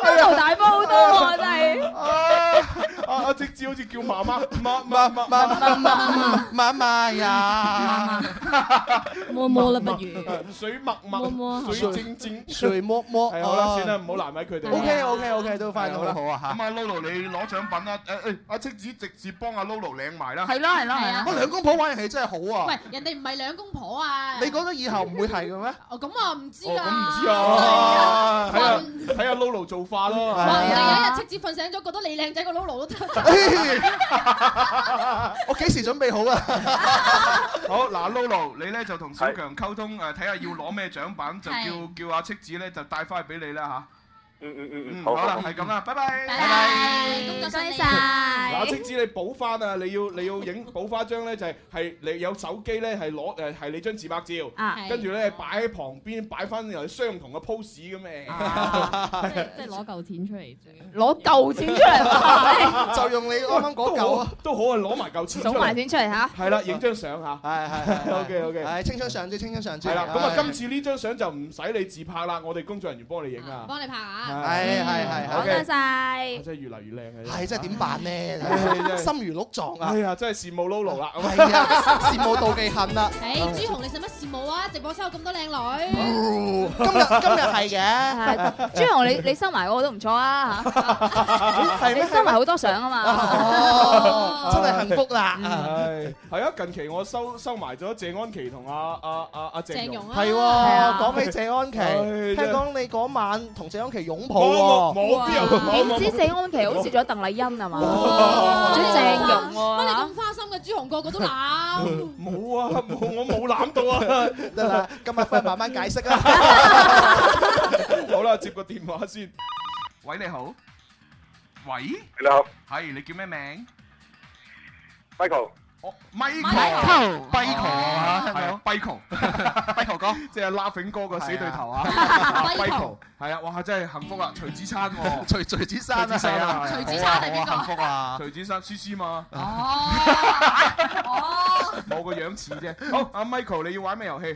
Speaker 11: Nono 大波好多 喎，真係。
Speaker 9: 啊啊！直至好似叫媽媽媽媽媽媽
Speaker 10: 媽媽媽媽呀，
Speaker 11: 摸摸啦不如，
Speaker 9: 水默默，水晶晶，
Speaker 10: 水摸摸，
Speaker 9: 係好啦，算啦，唔好難為佢哋。
Speaker 10: O K O K O K，都翻到好好啊嚇。
Speaker 9: 咁啊，Lolo 你攞獎品啦，誒誒，阿戚子直接幫阿 Lolo 領埋啦。
Speaker 4: 係咯係咯係啊
Speaker 10: 我兩公婆玩遊戲真係好
Speaker 4: 喂
Speaker 10: 啊！，
Speaker 4: 人哋唔係兩公婆啊！
Speaker 10: 你講咗以後唔會係嘅咩？
Speaker 4: 哦咁啊，唔知
Speaker 9: 哦，咁唔
Speaker 4: 啊。
Speaker 9: 知啊，睇下睇下 Lolo 做法咯。
Speaker 4: 哇！有一日戚子瞓醒咗，覺得你靚仔過 Lolo 都 得。
Speaker 10: 我幾時準備好啊？
Speaker 9: 好嗱，Lolo 你咧就同小強溝通誒，睇下要攞咩獎品，就叫叫阿戚子咧就帶翻去俾你啦嚇。
Speaker 21: 嗯嗯嗯嗯，
Speaker 9: 好
Speaker 21: 好
Speaker 9: 啦，
Speaker 21: 好
Speaker 9: 係咁啦，拜拜。
Speaker 11: 唔
Speaker 9: 嗱，
Speaker 11: 該
Speaker 9: 即
Speaker 11: 晒。
Speaker 9: 使你補翻啊，你要你要影補翻張咧，就係係你有手機咧，係攞誒係你張自拍
Speaker 11: 啊
Speaker 9: 照，
Speaker 11: 係
Speaker 9: 跟住咧擺喺旁邊，擺翻又相同嘅 pose 咁嘅。
Speaker 22: 即係攞嚿錢出嚟
Speaker 11: 攞舊錢出嚟哇，
Speaker 10: 就用你啱啱嗰嚿啊，
Speaker 9: 都好啊，攞埋嚿錢出
Speaker 11: 數埋
Speaker 9: 嚟。
Speaker 11: 錢出嚟嚇。
Speaker 9: 係啦，影張相嚇。
Speaker 10: 係係係
Speaker 9: OK OK。
Speaker 10: 係青春常駐，青春常駐。
Speaker 9: 係啦，咁啊，今次呢張相就唔使你自拍啦，我哋工作人員幫你影啊。
Speaker 4: 幫你拍下。
Speaker 10: 係係係係
Speaker 11: 好多晒。
Speaker 9: 真係越嚟越靚啊！
Speaker 10: 係真係點辦
Speaker 9: 唉 真係
Speaker 10: 呢？ 心如鹿撞啊！
Speaker 9: 哎呀，真係羨慕 Lolo 啦。
Speaker 10: 係啊，羨慕妒忌 恨啦。
Speaker 4: 誒，朱紅你使乜羨慕啊？直播室有咁多靚女。
Speaker 10: 今日今日係嘅，
Speaker 11: 朱紅，你你收埋我都唔錯 啊嚇，
Speaker 10: 係
Speaker 11: 你
Speaker 10: 咩？
Speaker 11: 收埋好多相啊 嘛
Speaker 10: 哦，真係幸福啦！
Speaker 9: 唉，係啊！近期我收收埋咗謝安琪同阿阿阿阿鄭
Speaker 11: 鄭
Speaker 9: 融
Speaker 11: 融
Speaker 10: 係喎，講起謝安
Speaker 9: 唉
Speaker 10: 琪，
Speaker 9: 真係
Speaker 10: 聽講你嗰晚同謝安琪擁
Speaker 9: 冇
Speaker 10: 抱
Speaker 9: 冇冇
Speaker 10: 喎，
Speaker 9: 邊有冇冇
Speaker 11: 點知謝安琪好似咗鄧麗欣啊嘛，咗鄭融
Speaker 4: 乜你
Speaker 11: 喎
Speaker 4: 咁花心嘅朱紅個個都攬。
Speaker 9: 冇啊，冇我冇攬到啊！
Speaker 10: 得啦，今日翻去慢慢解釋啊啦。
Speaker 9: 好啦，接個電話先。喂，你好。喂。
Speaker 21: 你好。
Speaker 9: 係，你叫咩名哦
Speaker 21: ，Michael，
Speaker 9: ？Michael。Michael 啊，係啊，Michael，Michael 哥，即係 Laughing 哥個死對頭 啊，Michael，係啊，哇，真係幸福啊，徐子珊喎，
Speaker 10: 徐徐子珊啊
Speaker 9: 徐
Speaker 10: 係啊
Speaker 9: 係哦
Speaker 10: 徐子珊係邊個啊
Speaker 9: 幸福啊，徐子珊，思思嘛， 我個樣似啫。好，阿 Michael，你要玩咩遊戲？
Speaker 21: 誒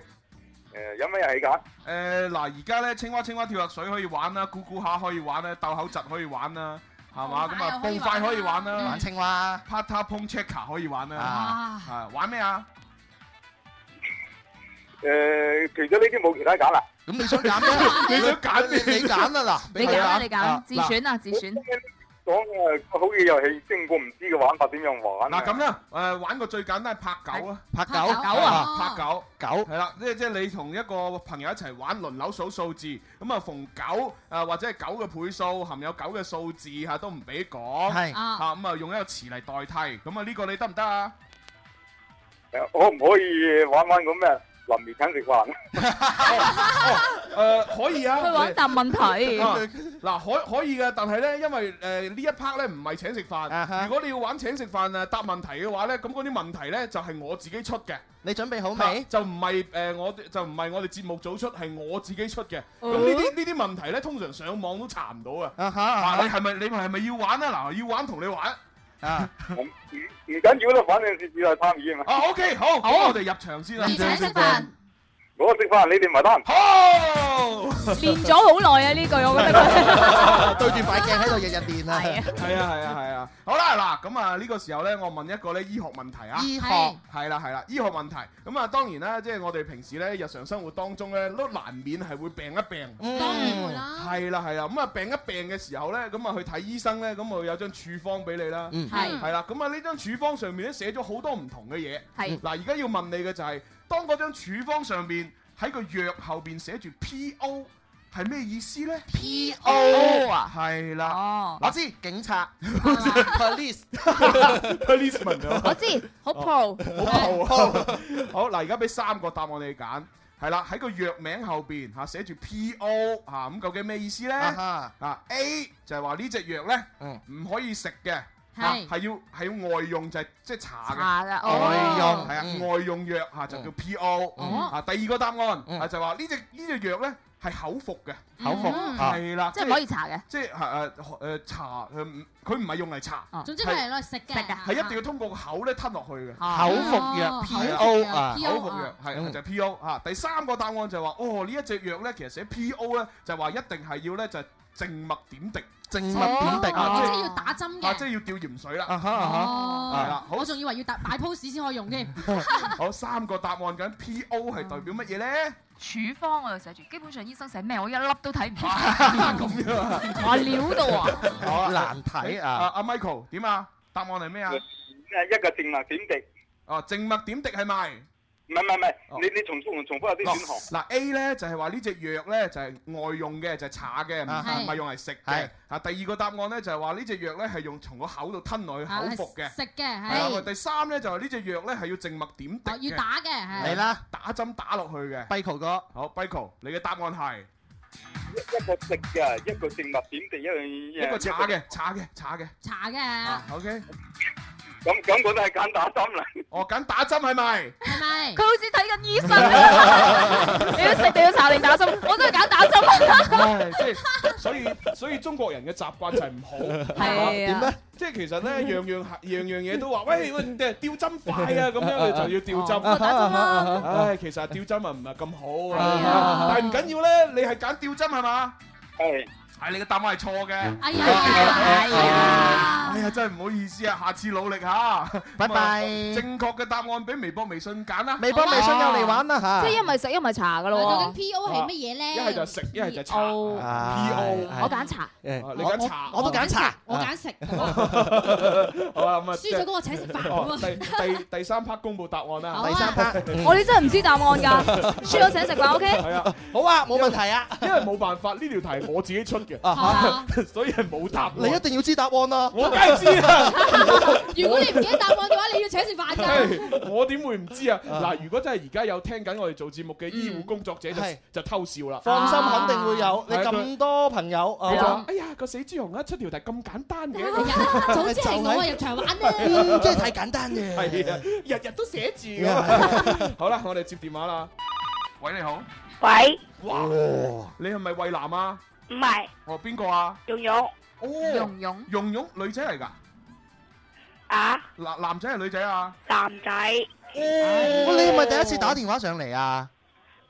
Speaker 21: 有咩遊戲㗎？
Speaker 9: 誒嗱，而家咧青蛙青蛙跳落水可以玩啦，咕咕下可以玩啦，鬥口窒可以玩啦，係嘛？咁啊，
Speaker 21: 又
Speaker 9: 步快可以玩啦，
Speaker 10: 玩嗯青蛙
Speaker 9: ，pata pong checker 可以玩啦，係玩咩啊？
Speaker 21: Ờ, 誒，除咗呢啲冇其他揀啦。
Speaker 10: 咁你想揀咩？
Speaker 9: 你想揀咩？
Speaker 10: 你揀啦嗱，
Speaker 11: 你
Speaker 10: 俾
Speaker 11: 揀
Speaker 10: 佢
Speaker 11: 啦，你揀，自選啊，自選。
Speaker 21: 講誒好嘅遊戲，即係我唔知嘅玩法點樣玩。
Speaker 9: 嗱咁啦，誒啊玩個最簡單係拍九啊，
Speaker 10: 拍
Speaker 21: 九拍九啊
Speaker 9: 拍九
Speaker 10: 九
Speaker 9: 係啦，即係即係你同一個朋友一齊玩，輪流數數字，咁啊逢九啊或者係九嘅倍數，含有九嘅數字啊嚇都唔俾講，
Speaker 10: 係
Speaker 9: 啊嚇咁啊用一個詞嚟代替，咁啊呢個你得唔得啊？
Speaker 21: 可唔可以玩玩咁咩林如請食飯？
Speaker 9: 誒可以啊，
Speaker 11: 去玩答問題
Speaker 9: 啊嗱可可以嘅，但係咧，因為誒呃呢一 part 咧唔係請食
Speaker 10: 啊
Speaker 9: 飯，如果你要玩請食飯誒答問題嘅話咧，咁嗰啲問題咧就係我自己出嘅。
Speaker 10: 你準備好
Speaker 9: 未？就唔係誒我哋就唔係我哋節目組出，係我自己出嘅。咁
Speaker 10: 嗯
Speaker 9: 呢啲呢啲問題咧，通常上網都查唔到啊。
Speaker 10: 啊
Speaker 9: 啊你係咪你係咪要玩啊？嗱，要玩同你玩。
Speaker 10: 啊，
Speaker 9: 唔唔緊要啦，反正是只係參與啊嘛。啊，OK，好，咁我哋入場先啦。
Speaker 21: 你請食
Speaker 9: 飯，
Speaker 21: 我食飯，你哋埋單。
Speaker 9: 好，
Speaker 11: 練咗好耐啊！呢句我覺得佢
Speaker 10: 對住塊鏡喺度日日練啊。係
Speaker 9: 啊，係啊，係啊，係啊。好啦，嗱，咁啊呢個時候咧，我問一個咧醫學問題啊。
Speaker 10: 醫學
Speaker 9: 係係啦，係啦，醫學問題。咁啊，當然啦，即係我哋平時咧日常生活當中咧，都難免係會病一病。
Speaker 10: 當然
Speaker 9: 會啦。係啦，係啦。咁啊，病一病嘅時候咧，咁啊去睇醫生咧，咁啊有張處方俾你啦。
Speaker 10: 嗯
Speaker 9: 係
Speaker 10: 係
Speaker 9: 係啦，咁啊呢張處方上面咧寫咗好多唔同嘅嘢。
Speaker 10: 係
Speaker 9: 嗱，而家要問你嘅就係，當嗰張處方上面喺個藥後邊寫住 P.O. 係咩意思咧？P.O. 啊，係啦。
Speaker 10: 哦
Speaker 9: 嗱
Speaker 10: 我知警 察 police policeman
Speaker 9: 啊
Speaker 11: 我知好 pro
Speaker 9: 好 pro 啊 好嗱，而家俾三個答案你揀，係啦，喺個藥名後邊嚇寫住 P.O. 嚇，咁究竟咩意思咧？
Speaker 10: 啊嗯
Speaker 9: 啊 A 就係話呢隻藥咧唔可以食嘅。嚇
Speaker 10: 係
Speaker 9: 係要係要外用就係即係搽
Speaker 10: 搽㗎
Speaker 9: 嘅，
Speaker 10: 哦外用
Speaker 9: 係啊，外用藥嚇就叫 P.O.
Speaker 15: 哦
Speaker 10: 嗯
Speaker 9: 啊，第二個答案啊就係話呢隻呢隻藥咧係口服嘅，
Speaker 10: 口服嗯啊
Speaker 9: 係啦，
Speaker 15: 即係唔可以搽嘅
Speaker 9: 即係誒誒搽誒唔佢唔係用嚟
Speaker 15: 哦
Speaker 9: 搽，
Speaker 4: 總之佢係攞嚟食嘅，
Speaker 9: 係一定要通過個口咧吞落去嘅。
Speaker 4: 哦口服藥
Speaker 9: 哦
Speaker 4: PO 啊
Speaker 9: 口服
Speaker 4: PO
Speaker 9: 藥
Speaker 4: 啊
Speaker 9: 係就係 P.O. 嚇。第三個答案就係話，哦呢一隻藥咧，其實寫 P.O. 咧就係話一定係要咧就係靜脈點滴，靜
Speaker 4: 脈點滴哦即係要打針嘅
Speaker 9: 啊即係要吊鹽水啦。係啦
Speaker 4: 哦，，
Speaker 9: 好
Speaker 4: 我仲以為要搭擺 pose 先可以用 添。
Speaker 9: 好三個答案緊 P.O. 係代表乜嘢咧？
Speaker 19: 處方我就寫住，基本上醫生寫咩我一粒都睇 唔出。
Speaker 9: 咁樣啊
Speaker 19: 我料到 啊！
Speaker 9: 好
Speaker 10: 難睇啊
Speaker 9: 阿阿 Michael 點啊？答案係咩啊？
Speaker 21: 一個靜脈點滴。
Speaker 9: 哦，靜脈點滴係咪？
Speaker 21: 唔係唔係唔係，你你重複重複有啲選項。
Speaker 9: 嗱 A 咧就係話呢隻藥咧就係外用嘅，就係搽嘅，唔
Speaker 21: 啊
Speaker 9: 係
Speaker 21: 係
Speaker 9: 唔係用嚟食嘅
Speaker 21: 係。
Speaker 9: 啊，第二個答案咧就係話呢隻藥咧係用從個口度吞落去
Speaker 4: 啊
Speaker 9: 口服嘅。
Speaker 4: 食嘅
Speaker 9: 係啦
Speaker 4: 係。
Speaker 9: 第三咧就係呢隻藥咧係要靜脈點滴
Speaker 4: 哦要打嘅係
Speaker 9: 嚟
Speaker 4: 嚟
Speaker 9: 啦，打針打落去嘅。Bico 哥，好 Bico，你嘅答案係
Speaker 21: 一個食嘅，一個靜脈點滴，一樣
Speaker 9: 一個搽嘅，搽嘅，搽嘅。啊
Speaker 4: 查嘅
Speaker 9: OK，
Speaker 21: 咁咁我都係揀打針啦。
Speaker 9: 哦，揀打針係咪？
Speaker 4: 係咪？
Speaker 11: 佢好似睇緊醫生啊！你要食定要查定打針？我都係揀打針。
Speaker 9: 唉即係所以所以中國人嘅習慣就係唔好，
Speaker 11: 係啊點咧？
Speaker 9: 即係其實咧，樣樣樣樣嘢都話，喂喂，吊針快啊，咁樣你就要吊針。
Speaker 10: 哦打針啦
Speaker 9: 唉，其實吊針啊唔係咁好
Speaker 10: 係啊
Speaker 9: 啊，但係唔緊要咧，你係揀吊針係嘛？
Speaker 21: 係。
Speaker 9: 係你嘅答案係錯嘅。啊
Speaker 4: 哎呀哎
Speaker 9: 呀！哎呀，真係唔好意思啊，下次努力吓。
Speaker 10: 拜拜
Speaker 9: 咁啊正確嘅答案俾微博、微信揀啦。
Speaker 10: 微博微信又嚟玩啦嚇
Speaker 11: 即係一唔係食一唔係查噶咯
Speaker 4: 究。竟 PO 係乜嘢咧？
Speaker 9: 一係就係食，一係就係搽。
Speaker 11: O
Speaker 10: 啊
Speaker 9: P.O.
Speaker 11: 哦我揀查。
Speaker 9: 啊你揀查，
Speaker 10: 我都揀啊查
Speaker 4: 我揀食。
Speaker 9: 好啊，咁啊，
Speaker 4: 輸咗嗰個請食飯咁啊
Speaker 9: 哦第第第三 part 公布答案啦，
Speaker 10: 第三 part
Speaker 11: 啊我哋真係唔知答 案㗎，輸咗請食飯，OK？
Speaker 9: 係啊，好啊，冇問題啊，因為冇辦法，呢條題我自己出
Speaker 10: 啊
Speaker 9: 嘅， 所以係冇答案。
Speaker 10: 你一定要知答案啊！
Speaker 9: 我梗係 知啦。
Speaker 4: 如果你唔記得答案嘅話，你要請 食飯㗎。
Speaker 9: 唉我點會唔知啊？嗱，如果真係而家有聽緊我哋做節目嘅醫護工作者就
Speaker 10: 係
Speaker 9: 就偷笑啦。
Speaker 10: 放心，肯定會有。你
Speaker 9: 係佢
Speaker 10: 咁多朋友，
Speaker 9: 冇錯
Speaker 10: 啊
Speaker 9: 哎呀，哎個死豬紅啊，出條題咁簡單嘅，
Speaker 4: 早
Speaker 9: 啊
Speaker 4: 知係我入場玩啦
Speaker 10: 嗯真係太簡單嘅。
Speaker 9: 係啊，日日都寫字㗎。 好啦，我哋接電話啦。喂，你好。
Speaker 14: 喂，
Speaker 9: 哇！你係咪蔚南啊？
Speaker 14: 唔係
Speaker 9: 哦，邊個啊？
Speaker 14: 蓉蓉
Speaker 9: 哦，
Speaker 14: 蓉蓉
Speaker 9: 蓉蓉女仔嚟㗎？
Speaker 14: 啊，
Speaker 9: 男男仔係女仔啊？
Speaker 14: 男仔，
Speaker 10: 喂你係咪第一次打電話上嚟啊？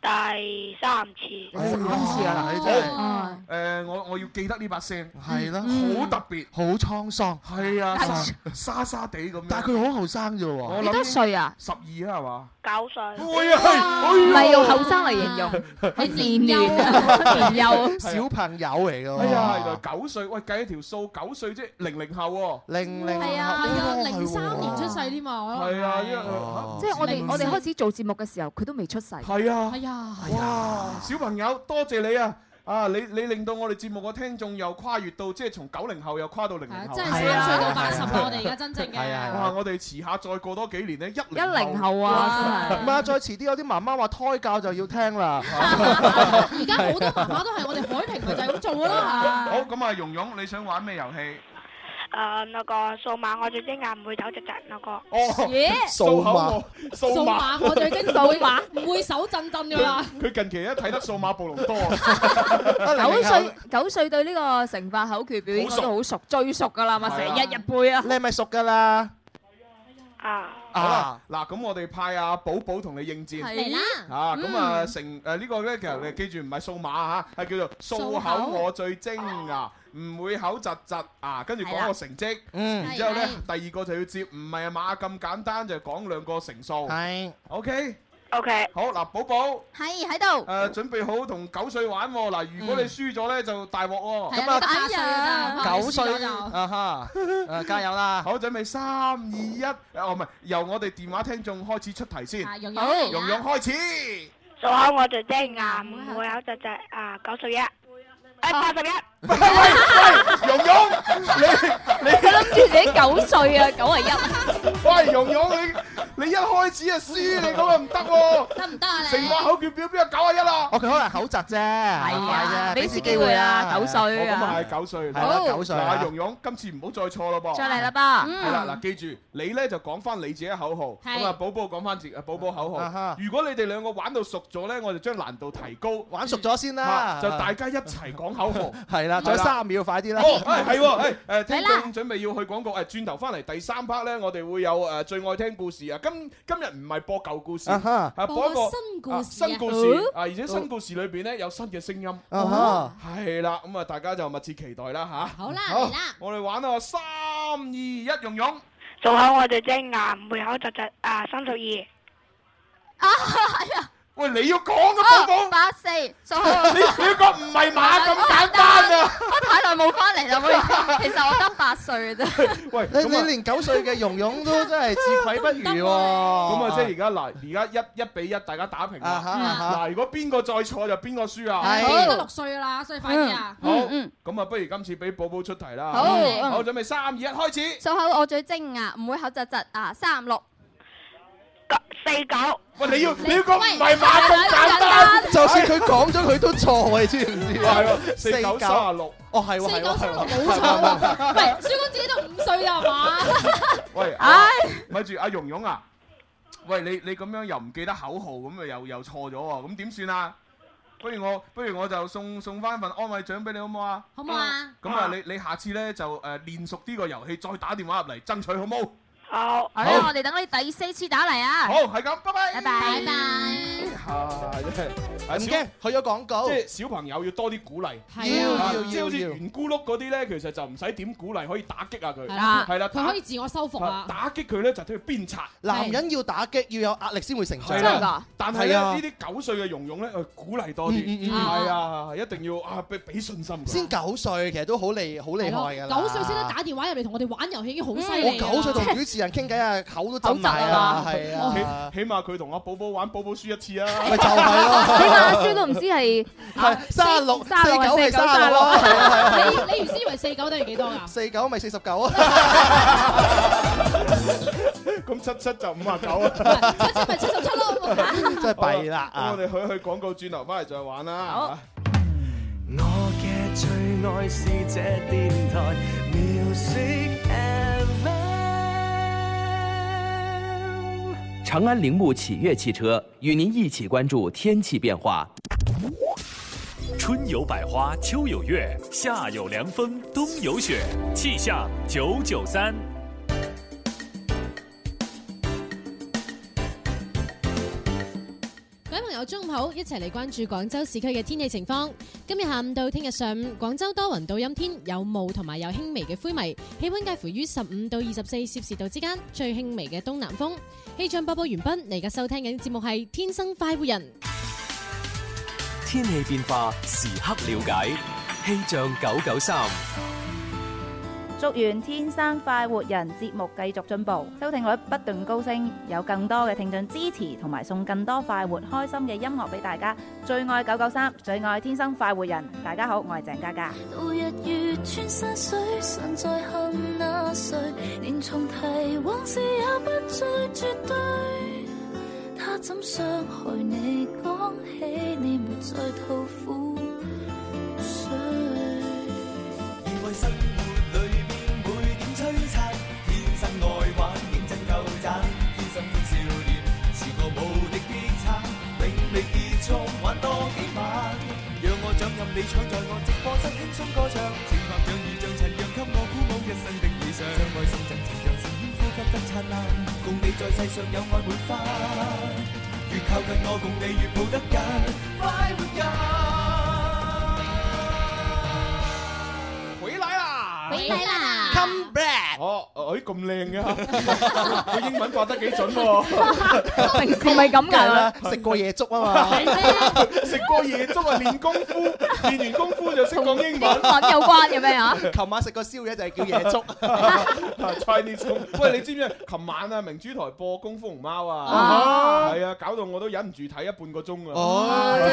Speaker 14: 第三次，
Speaker 10: 次啊你真係
Speaker 9: 好誒，我我要記得呢把聲，
Speaker 10: 係啦，
Speaker 9: 好特別，
Speaker 10: 好滄桑。
Speaker 9: 係啊
Speaker 10: 但，
Speaker 9: 沙沙地咁樣。
Speaker 10: 但係佢好後生啫喎。
Speaker 9: 我諗
Speaker 11: 幾多歲啊？
Speaker 9: 十二啊，係嘛？
Speaker 14: 九歲，
Speaker 9: 哎呀，
Speaker 11: 唔係用後生嚟 形容，係年幼啊，年幼。
Speaker 10: 小朋友嚟㗎喎。
Speaker 9: 哎呀，原來九歲，喂，計一條數，九歲即係零零後
Speaker 10: 喎。零零
Speaker 4: 係啊，係啊，零三年出世添啊，我諗
Speaker 9: 係啊，因為
Speaker 11: 即係我哋我哋開始做節目嘅時候，佢都未出世。
Speaker 9: 係啊
Speaker 4: 哎呀，
Speaker 9: 哇！小朋友，多謝你啊！啊！你你令到我哋節目個聽眾又跨越到，即係從九零後又跨到零零後，
Speaker 11: 真係三歲到八十啊我哋而家真正嘅係啊係啊
Speaker 9: 哇！我哋遲下再過多幾年呢，一
Speaker 11: 10後
Speaker 10: à.
Speaker 11: 啊 真係
Speaker 10: 唔係啊，再遲啲有啲媽媽話胎教就要聽啦。
Speaker 11: 而家好多媽媽都係我哋海平咪就係咁做噶啦。
Speaker 9: 好咁啊，蓉蓉，你想玩咩遊戲？
Speaker 14: 誒那個數碼我最驚啊，唔會走直直那個。
Speaker 9: 哦
Speaker 10: 數
Speaker 9: 口
Speaker 10: 碼
Speaker 9: 我數
Speaker 4: 數
Speaker 9: 碼
Speaker 4: 碼我最驚
Speaker 11: 數碼
Speaker 4: 唔會手震震㗎啦。
Speaker 9: 佢近期一睇得數碼暴龍 多，
Speaker 11: 九歲九歲對呢個乘法口訣表應該都好熟，最熟噶啦嘛，成日日背啊。
Speaker 10: 你係咪熟㗎啦？
Speaker 9: 好啦，嗱咁我哋派阿寶寶同你應戰，
Speaker 11: 係啦
Speaker 9: 啊咁啊
Speaker 11: 嗯
Speaker 9: 成誒呢個咧其實你記住唔係數碼嚇，係叫做數口我最精啊，唔會口窒窒啊，跟住
Speaker 11: 係
Speaker 9: 講
Speaker 11: 啦
Speaker 9: 個成績，
Speaker 10: 嗯
Speaker 9: 然之後咧第二個就要接唔係馬咁簡單，就講兩個成數，
Speaker 10: 係
Speaker 9: ，OK。
Speaker 14: OK，
Speaker 9: 好嗱，寶寶
Speaker 11: 係喺度，
Speaker 9: 誒準備好同九歲玩喎，嗱如果你輸咗咧就大鑊喎，
Speaker 10: 咁啊
Speaker 11: 得八歲㗎咋
Speaker 10: 九歲
Speaker 11: 你輸咗就
Speaker 10: 啊 哈，誒加油啦！
Speaker 9: 好，準備三二一，誒哦唔係，由我哋電話聽眾開始出題先
Speaker 11: 啊蓉。蓉
Speaker 9: 好
Speaker 11: 嚟啦，
Speaker 9: 蓉蓉開始。
Speaker 14: 數口我最驚啊，唔會口窒窒啊，九十一，誒八十一，
Speaker 9: 蓉蓉，你你
Speaker 11: 佢諗住自己九歲啊，九啊一，
Speaker 9: 喂，蓉蓉你你一開始啊輸，你咁啊唔得喎。
Speaker 11: 得唔得啊
Speaker 9: 成話口訣表邊有九啊一啊？
Speaker 10: 哦，佢可能口窒啫，係
Speaker 11: 啊
Speaker 10: 快啫，
Speaker 11: 俾
Speaker 10: 俾
Speaker 11: 次
Speaker 10: 次
Speaker 11: 機
Speaker 10: 機
Speaker 11: 會
Speaker 10: 會
Speaker 11: 啊
Speaker 10: 啦，
Speaker 11: 九歲啊
Speaker 9: 咁啊係九歲。
Speaker 10: 係啦好九歲啊
Speaker 9: 嗱，蓉蓉今次唔好再錯啦噃。
Speaker 11: 再嚟啦噃嗯
Speaker 9: 係啦，嗱，記住你咧就講翻你自己口號，
Speaker 11: 係
Speaker 9: 咁啊寶寶講翻自己寶寶口
Speaker 10: 啊
Speaker 9: 號
Speaker 10: 哈。
Speaker 9: 如果你哋兩個玩到熟咗咧，我就將難度提高。
Speaker 10: 玩熟咗先啦
Speaker 9: 啊，就大家一齊講口號。
Speaker 10: 係啦，仲有三秒，快啲啦！
Speaker 9: 哦，係 係喎，誒誒，聽眾準備要去廣告，誒轉頭翻嚟第三 part 咧，我哋會有誒最愛聽故事啊。今今日唔係播舊故事，
Speaker 10: 啊哈
Speaker 9: 係播一個
Speaker 10: 播個新故事啊
Speaker 9: 啊新故事
Speaker 10: 哦
Speaker 9: 啊，而且新故事裏邊咧有新嘅聲音。
Speaker 10: 啊哈
Speaker 9: 係啦，咁啊大家就密切期待啦吓，
Speaker 4: 好啦嚟啦，
Speaker 9: 我哋玩啊三二一，蓉蓉。
Speaker 14: 數口我最驚啊，唔會口窒窒啊，三十二。
Speaker 11: 啊係啊，
Speaker 9: 喂，你要講嘅寶寶，
Speaker 11: 哦八四，數
Speaker 9: 你你要講唔係馬咁簡單啊！
Speaker 11: 我太耐冇翻嚟啦，唔好意思其實我得八歲嘅啫。
Speaker 9: 喂，
Speaker 10: 你
Speaker 9: 咁啊
Speaker 10: 你連九歲嘅蓉蓉都真係自愧不如喎。
Speaker 9: 咁
Speaker 10: 咁
Speaker 9: 啊，即係而家嗱，而家一一比一，大家打平
Speaker 10: 啊哈啊
Speaker 9: 啦。
Speaker 10: 哈
Speaker 9: 嗱，如果邊個再錯就邊個輸啊？
Speaker 11: 我得六歲啦，所以快啲啊！
Speaker 9: 好，
Speaker 10: 嗯
Speaker 9: 咁啊，不如今次俾寶寶出題啦。
Speaker 11: 好嗯
Speaker 9: 好，準備三二一，開始。
Speaker 11: 數口我最精啊，唔會口窒窒啊，三六
Speaker 14: 四九。
Speaker 9: 喂，你要你要講唔
Speaker 11: 喂
Speaker 9: 係馬咁簡單，
Speaker 10: 就算佢講咗，佢都錯，你知唔知啊
Speaker 9: 係喎四九三啊六。
Speaker 10: 哦，
Speaker 4: 嗯
Speaker 10: 係喎，係喎，係喎，冇
Speaker 4: 喂，小公自己都五歲啦，係嘛？
Speaker 9: 喂，啊咪住阿蓉蓉啊，喂，你你咁樣又唔記得口號，咁啊又又錯咗喎，咁點算啊？不如我不如我就送送翻份安慰獎俾你好唔好啊？
Speaker 4: 好唔好啊
Speaker 9: 咁啊，你你下次咧就呃誒練熟呢個遊戲，再打電話入嚟爭取好冇？
Speaker 14: 好，
Speaker 11: 好啦，我哋等你第四次打嚟啊！
Speaker 9: 好，係咁，拜拜，
Speaker 11: 拜拜，拜拜。
Speaker 9: 係真係
Speaker 10: 啊唔驚，去咗廣告
Speaker 9: 啊即。係小朋友要多啲鼓勵，
Speaker 10: 要
Speaker 9: 啊
Speaker 10: 要
Speaker 9: 即係好似
Speaker 10: 要
Speaker 9: 圓咕碌嗰啲咧，其實就唔使點鼓勵，可以打擊下佢，
Speaker 4: 係啦
Speaker 9: 係啦，
Speaker 4: 佢可以自我修復啊啦。
Speaker 9: 打擊佢咧就睇佢鞭策。
Speaker 10: 男人要打擊，要有壓力先會成長。
Speaker 9: 係啦，但係咧
Speaker 10: 啊
Speaker 9: 呢啲九歲嘅蓉蓉咧，誒鼓勵多啲，
Speaker 10: 嗯嗯嗯
Speaker 9: 係啊，一定要啊俾俾信心佢。
Speaker 10: 先九歲，其實都好厲好厲害㗎啦。
Speaker 4: 九歲先得打電話入嚟同我哋玩遊戲已經好犀利啊啦。
Speaker 10: 我九歲同主持人傾偈啊，口都震埋啦，係啊。
Speaker 9: 起起碼佢同阿寶寶玩，寶寶輸一次啊。
Speaker 10: 咪就係咯
Speaker 11: 起碼阿蕭都唔知
Speaker 4: 啊
Speaker 11: 係
Speaker 10: 三十六，四九係三十六 啊，係啊係啊。
Speaker 4: 你你原先以為四九等於幾多㗎？
Speaker 10: 四九咪四十九啊！
Speaker 9: 咁七七就五啊九啊，
Speaker 4: 七七咪七十七咯。
Speaker 10: 真係弊啦啊
Speaker 9: 好啦咁我哋去去廣告，轉頭翻嚟再玩啦。
Speaker 6: 好我嘅最愛是這電台 Music FM。
Speaker 5: 长安铃木启悦汽车与您一起关注天气变化。
Speaker 3: 春有百花，秋有月，夏有凉风，冬有雪。气象九九三。
Speaker 4: 各位朋友，中午好，一齊嚟關注廣州市區嘅天氣情況。今日下午到聽日上午，廣州多雲到陰天，有霧同埋有輕微嘅灰霾，氣温介乎於十五到二十四攝氏度之間，最輕微嘅東南風。氣象播報完畢，你而家收聽緊節目係《天生快活人》。
Speaker 5: 天气变化时刻了解，气象九九三。
Speaker 23: 祝願《天生快活人》節目繼續進步，收聽率不斷高升，有更多嘅聽眾支持，同埋送更多快活開心嘅音樂俾大家。最愛九九三，最愛《天生快活人》。大家好，我係鄭嘉嘉。
Speaker 7: 度日月穿山水，神在恨那誰？連重提往事也不再絕對。他怎傷害你？講起你沒再吐苦水。
Speaker 6: 生活裏面每點璀璨，天生愛玩，認真夠盞，天生歡笑臉，是個無敵必撐，永未結束，玩多幾晚，讓我掌任你搶在我直播室輕鬆歌唱，情拍像雨像塵，讓給我鼓舞一生的理想，將愛心贈情，讓成煙呼吸得燦爛，共你在世上有愛滿花，越靠近我，共你越抱得緊，快活人，
Speaker 9: 回來
Speaker 6: à?
Speaker 9: 啦！
Speaker 23: 回來啦
Speaker 9: ！Come back！哦，誒咁靚嘅， 佢英文發得幾準喎！
Speaker 10: 平時咪咁㗎，食過夜粥啊嘛，
Speaker 9: 食過夜粥啊，練功夫，練完功夫就識講英文。英文
Speaker 11: 有關嘅咩啊？
Speaker 10: 琴晚食個宵夜就係叫夜 粥，
Speaker 9: 啊 Chinese 功夫。 喂，你知唔知？琴晚啊，明珠台播《功夫熊貓》啊
Speaker 10: 啊，
Speaker 9: 係啊，搞到我都忍唔住睇一半個鐘啊！
Speaker 10: 哦，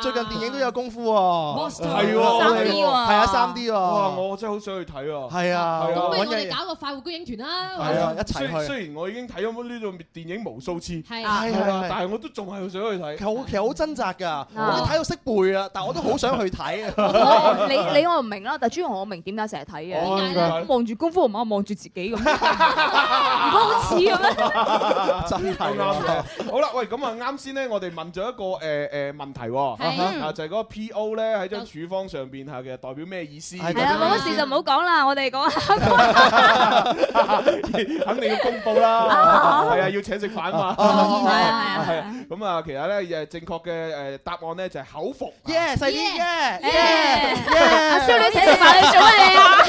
Speaker 10: 最近電影都有功夫喎，
Speaker 9: 係喎
Speaker 10: 係係啊，三 D 喎，
Speaker 9: 哇！我真係好想去睇啊！
Speaker 10: 係啊
Speaker 9: 係
Speaker 4: 咁不如我
Speaker 9: 搵日
Speaker 4: 哋搞個快活觀影團啦。
Speaker 9: 係啊，
Speaker 10: 一齊
Speaker 9: 雖
Speaker 10: 去
Speaker 9: 雖然我已經睇咗呢套電影無數次，
Speaker 4: 係
Speaker 10: 啊係係係
Speaker 9: 但係我都仲係好想去睇。
Speaker 10: 好其實好掙扎
Speaker 9: 啊
Speaker 10: 㗎，我都睇到識背啊，但我都好想去睇
Speaker 11: 我
Speaker 10: 啊。
Speaker 11: 你你我唔明啦，但朱紅我明點解成日睇嘅，
Speaker 10: 哦點解
Speaker 11: 我
Speaker 10: 呢
Speaker 11: 望住功夫熊貓，我望住自己咁，唔覺得好啊似嘅咩？
Speaker 9: 真係啱好啦，喂，咁啊，啱先咧，我哋問咗一個誒誒問題
Speaker 11: 係嗯
Speaker 9: 喎，啊就係嗰個 P.O. 咧喺張處方上邊係嘅代表咩意思？
Speaker 11: 係啦，冇乜事就唔好講啦，我哋 講下。
Speaker 9: 肯定要公佈
Speaker 11: 哦
Speaker 9: 啦，係啊，要請食飯嘛，
Speaker 11: 當然
Speaker 9: 啊，係啊，咁啊，其實咧誒正確嘅誒呃答案咧就係口服。
Speaker 10: 耶，細啲
Speaker 9: 哎
Speaker 10: 耶耶
Speaker 9: Ờ,
Speaker 11: 阿蕭啊女請食飯你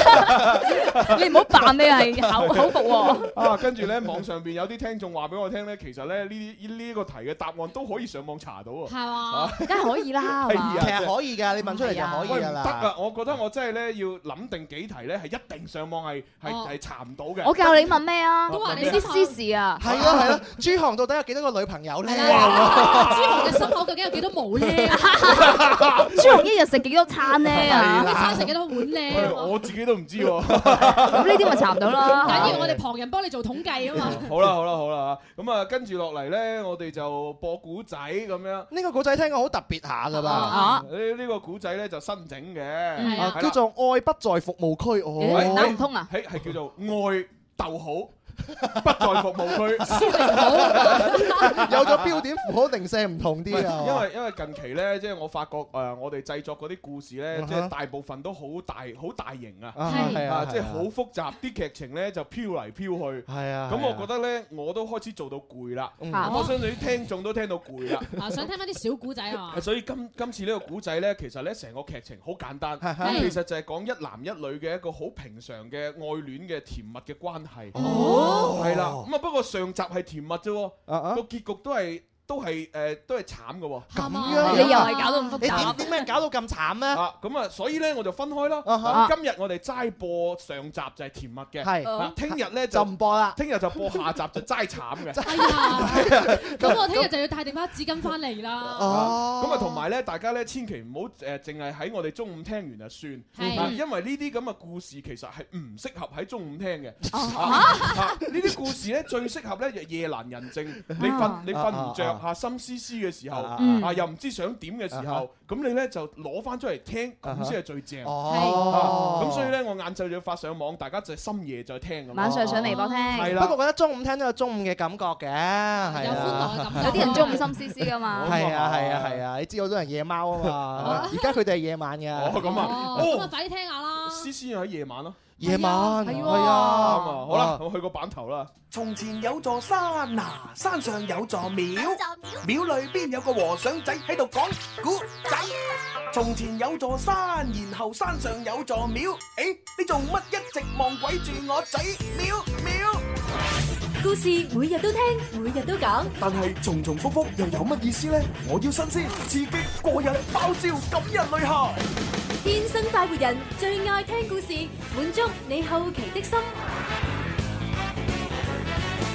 Speaker 11: 做乜你啊？你唔好扮你係口口服喎。
Speaker 9: 啊，跟住咧網上邊有啲聽眾話俾我聽咧，其實咧呢啲呢個題嘅答案都可以上網查到啊。
Speaker 4: 係嘛？
Speaker 11: 梗係可以啦，係嘛
Speaker 10: 其實可以㗎，你問出嚟就可以
Speaker 9: 喂唔
Speaker 10: 㗎
Speaker 9: 得
Speaker 10: 啦。
Speaker 9: 啊！我覺得我真係咧要諗定幾題咧，係一定上網係係
Speaker 11: 哦
Speaker 9: 係查唔到嘅。
Speaker 11: 我教你問咩啊？
Speaker 9: 都話你
Speaker 11: 啲私事啊。
Speaker 10: 係咯係咯，朱紅到底有幾多個女朋友咧？
Speaker 4: 朱紅嘅心口究竟有幾多毛 咧？
Speaker 11: 朱紅一日食幾多餐呢？啊？
Speaker 4: 一餐食幾多碗咧？
Speaker 9: 我自己都唔知喎。
Speaker 11: 咁呢啲咪查唔到啦。
Speaker 4: 唔緊要，我哋旁人幫你做統計啊嘛。
Speaker 9: 好啦好啦好啦嚇咁啊跟住落嚟咧，我哋就播古仔咁樣。
Speaker 10: 呢個古仔聽過好特別下㗎嘛，
Speaker 9: 啊！呢呢個古仔咧就新整嘅，係啦
Speaker 10: 啊叫做愛不在服務區
Speaker 9: 誒
Speaker 10: 哦，
Speaker 9: 打唔
Speaker 11: 通啊？
Speaker 9: 係係叫做愛逗號。 不在服務區，
Speaker 10: 有咗標點符號零舍唔同啲啊。
Speaker 9: 因為因為近期咧，即係我發覺誒，呃我哋製作嗰啲故事咧，
Speaker 10: 啊哈
Speaker 9: 即係大部分都好大好大型啊，
Speaker 10: 係係啊
Speaker 9: 即係好複雜，啲劇情咧就飄嚟飄去。
Speaker 10: 係啊
Speaker 9: 咁
Speaker 10: 係啊
Speaker 9: 我覺得咧，我都開始做到攰啦。
Speaker 10: 嗯
Speaker 9: 咁我相信啲聽眾都聽到攰啦。
Speaker 4: 啊，想聽翻啲小古仔啊 嘛。
Speaker 9: 所以今今次呢個古仔呢，其實呢成個劇情好簡單，
Speaker 4: 係
Speaker 9: 其實就係講一男一女嘅一個好平常嘅愛戀嘅甜蜜嘅關係。
Speaker 10: 哦啊
Speaker 9: 係啦。咁啊，不過上集係甜蜜啫喎，個結局都係都係誒都係慘嘅喎。
Speaker 10: 咁樣
Speaker 11: 你又係搞到咁複雜
Speaker 10: 你點點解搞到咁慘咧？
Speaker 9: 啊，咁啊，所以咧我就分開啦。啊
Speaker 10: 哈
Speaker 9: 咁今日我哋齋播上集就係甜蜜嘅，
Speaker 10: 係
Speaker 9: 啊聽日咧
Speaker 10: 就唔播啦，
Speaker 9: 聽日就播下集就齋慘 嘅。
Speaker 4: 哎呀，咁哦我聽日就要帶定包紙巾翻嚟
Speaker 10: 哦
Speaker 4: 啦。
Speaker 9: 啊咁啊，同埋咧，大家咧千祈唔好誒，淨係喺我哋中午聽完就算，
Speaker 4: 係
Speaker 9: 啊因為呢啲咁嘅故事其實係唔適合喺中午聽嘅。
Speaker 4: 哦
Speaker 9: 啊呢啲故事咧最適合咧就夜闌人
Speaker 11: 啊
Speaker 9: 靜，你瞓你瞓唔着
Speaker 10: 啊
Speaker 9: 嚇，心思思嘅時候
Speaker 10: 嗯
Speaker 9: 啊，又唔知想點嘅時
Speaker 10: 啊
Speaker 9: 候，咁你咧就攞翻出嚟聽，咁先係最正。
Speaker 10: 哦
Speaker 9: 啊咁所以咧，我晏晝就要發上網，大家就深夜再聽咁樣。
Speaker 11: 晚上上微博聽
Speaker 9: 係啦
Speaker 10: 不過我覺得中午聽都有中午嘅感覺嘅，係有歡樂嘅
Speaker 11: 有啲人中午心思思噶嘛。
Speaker 10: 啊 係啊係啊係啊！你知好多人夜貓啊 嘛，而家佢哋係夜晚嘅。
Speaker 9: 哦咁啊
Speaker 4: 哦，咁啊，快啲聽下啦。
Speaker 9: 思思喺夜晚咯，
Speaker 10: 夜晚
Speaker 1: 係喎
Speaker 10: 係
Speaker 9: 啱啊！
Speaker 10: 啊，
Speaker 9: 好啦，我去個版頭啦。
Speaker 1: 從前有座山嗱，山上有座廟，廟裏邊有個和尚仔喺度講古仔。從前有座山，然後山上有座廟，誒、你做乜一直望鬼住我仔？廟廟。
Speaker 18: 故事每日都聽，每日都講。
Speaker 1: 但係重重複複又有乜意思呢？我要新鮮、刺激、過癮、爆笑、感人淚下。
Speaker 24: 天生快活人最愛聽故事，滿足你好奇的心。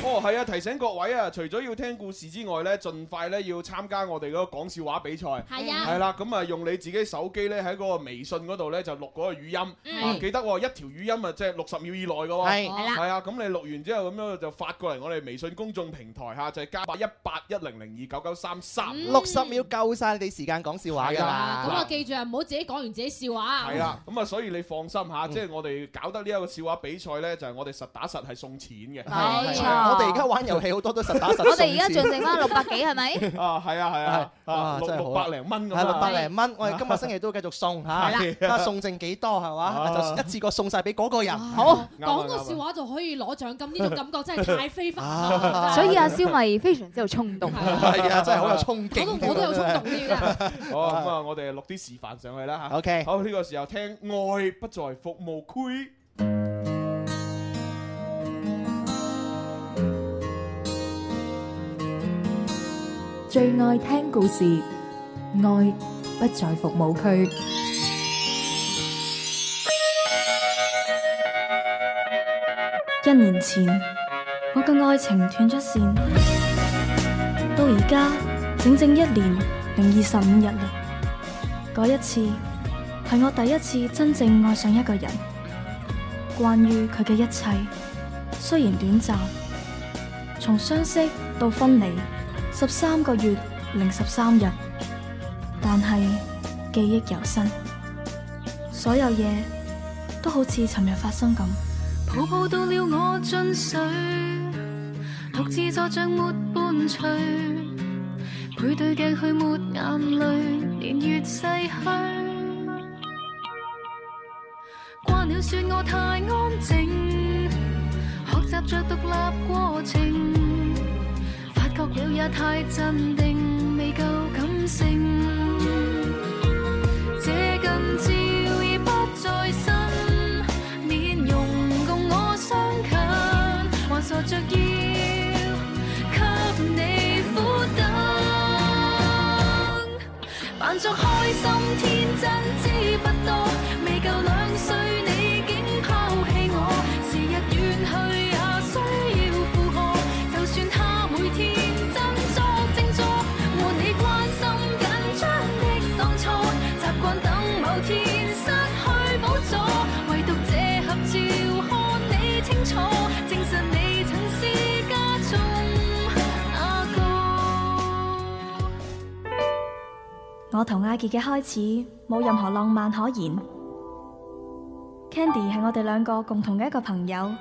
Speaker 9: 哦，係啊！提醒各位啊，除咗要聽故事之外咧，盡快咧要參加我哋嗰個講笑話比賽。
Speaker 6: 係啊
Speaker 9: 係啦，咁啊用你自己手機咧喺嗰個微信嗰度咧就錄嗰個語音。
Speaker 6: 嗯
Speaker 9: 啊記得喎，一條語音啊，即係六十秒以內嘅喎。
Speaker 6: 係係啦
Speaker 9: 係啊，咁你錄完之後咁樣就發過嚟我哋微信公眾平台嚇，就係加八一八一零零二九九三三。
Speaker 6: 嗯
Speaker 10: 六十秒夠晒你哋時間講笑話㗎啦。
Speaker 4: 咁我記住啊，唔好自己講完自己笑話啊。
Speaker 9: 係啦，咁啊，所以你放心嚇，
Speaker 10: 嗯
Speaker 9: 即係我哋搞得呢一個笑話比賽咧，就係我哋實打實係送錢嘅。
Speaker 10: 係係啊我哋而家玩遊戲好多都實打實送錢
Speaker 11: 我哋而家仲剩翻六百幾係咪？
Speaker 9: 啊，係啊，係啊，啊
Speaker 10: 啊
Speaker 9: 六
Speaker 10: 真係好
Speaker 9: 六
Speaker 10: 啊
Speaker 9: 百零蚊咁
Speaker 10: 係
Speaker 9: 啊
Speaker 10: 六百零蚊，我哋今個 星期都繼續送嚇，
Speaker 9: 係
Speaker 10: 睇
Speaker 9: 啦
Speaker 10: 下送剩幾多係嘛？
Speaker 9: 啊
Speaker 10: 就一次過送晒俾嗰個人。
Speaker 4: 好哦講個笑話就可以攞獎金，呢種感覺 真係太非凡啦。
Speaker 10: 啊
Speaker 11: 所以阿蕭咪非常之有衝 動。
Speaker 10: 係啊，真係好有衝
Speaker 4: 搞
Speaker 10: 勁。
Speaker 4: 到我都有衝動添 啊！
Speaker 9: 好，咁啊，我哋錄啲示範上去啦吓。
Speaker 10: OK
Speaker 9: 好，呢個時候聽愛不在服務區。
Speaker 25: 最愛聽故事，愛不在服務區。
Speaker 26: 一年前，我嘅愛情斷咗線，到而家整整一年零二十五日啦。嗰一次係我第一次真正愛上一個人，關於佢嘅一切，雖然短暫，從相識到分離十三個月零十三日，但係記憶猶新，所有嘢都好似尋日發生咁。
Speaker 7: 抱抱到了我進水，獨自坐像沒伴隨，背對鏡去抹眼淚，年月逝去。慣了說我太安靜，學習着獨立過程，發覺了也太鎮定，未夠感性。這近照已不在身。面容共我相近，還傻着要給你苦等，扮作開心天真知不多，未夠兩歲你竟拋棄我，時日遠去也需要負荷，就算他每天振作振作，和你關心緊張的當初，習慣等某天失去補助。唯獨這合照看你清楚，證實你曾是家中那個。
Speaker 26: 我同阿杰嘅開始冇任何浪漫可言。Candy 係我哋兩個共同嘅一個朋友。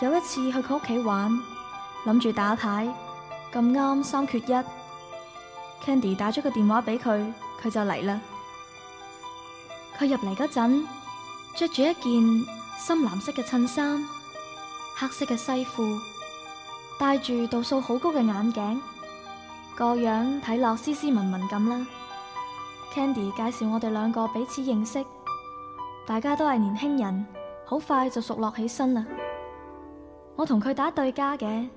Speaker 26: 有一次去佢屋企玩，諗住打牌，咁啱三缺一，Candy 打咗個電話俾佢，佢就嚟啦。佢入嚟嗰陣，着住一件深藍色嘅襯衫，黑色嘅西褲，戴住度數好高嘅眼鏡。個樣睇落斯斯文文咁啦。Candy 介紹我哋兩個彼此認識，大家都係年輕人，好快就熟絡起身啦。我同佢打對家嘅，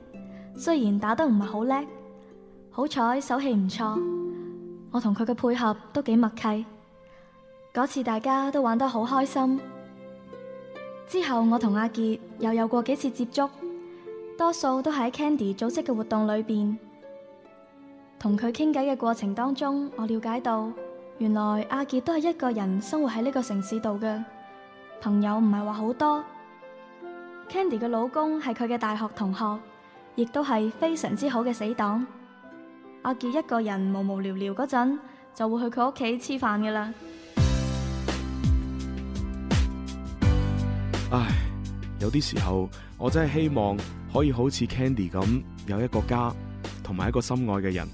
Speaker 26: 雖然打得唔係好叻，好彩手氣唔錯，我同佢嘅配合都幾默契。嗰次大家都玩得好開心。之後我同阿杰又有過幾次接觸，多數都係喺 Candy 組織嘅活動裏邊。同佢傾偈嘅過程當中，我了解到原來阿杰都係一個人生活喺呢個城市度嘅，朋友唔係話好多。Candy 嘅老公係佢嘅大學同學，亦都係非常之好嘅死黨。阿杰一個人無無聊聊嗰陣，就會去佢屋企黐飯㗎啦。
Speaker 27: 唉，有啲時候我真係希望可以好似 Candy 咁有一個家，同埋一個心愛嘅人，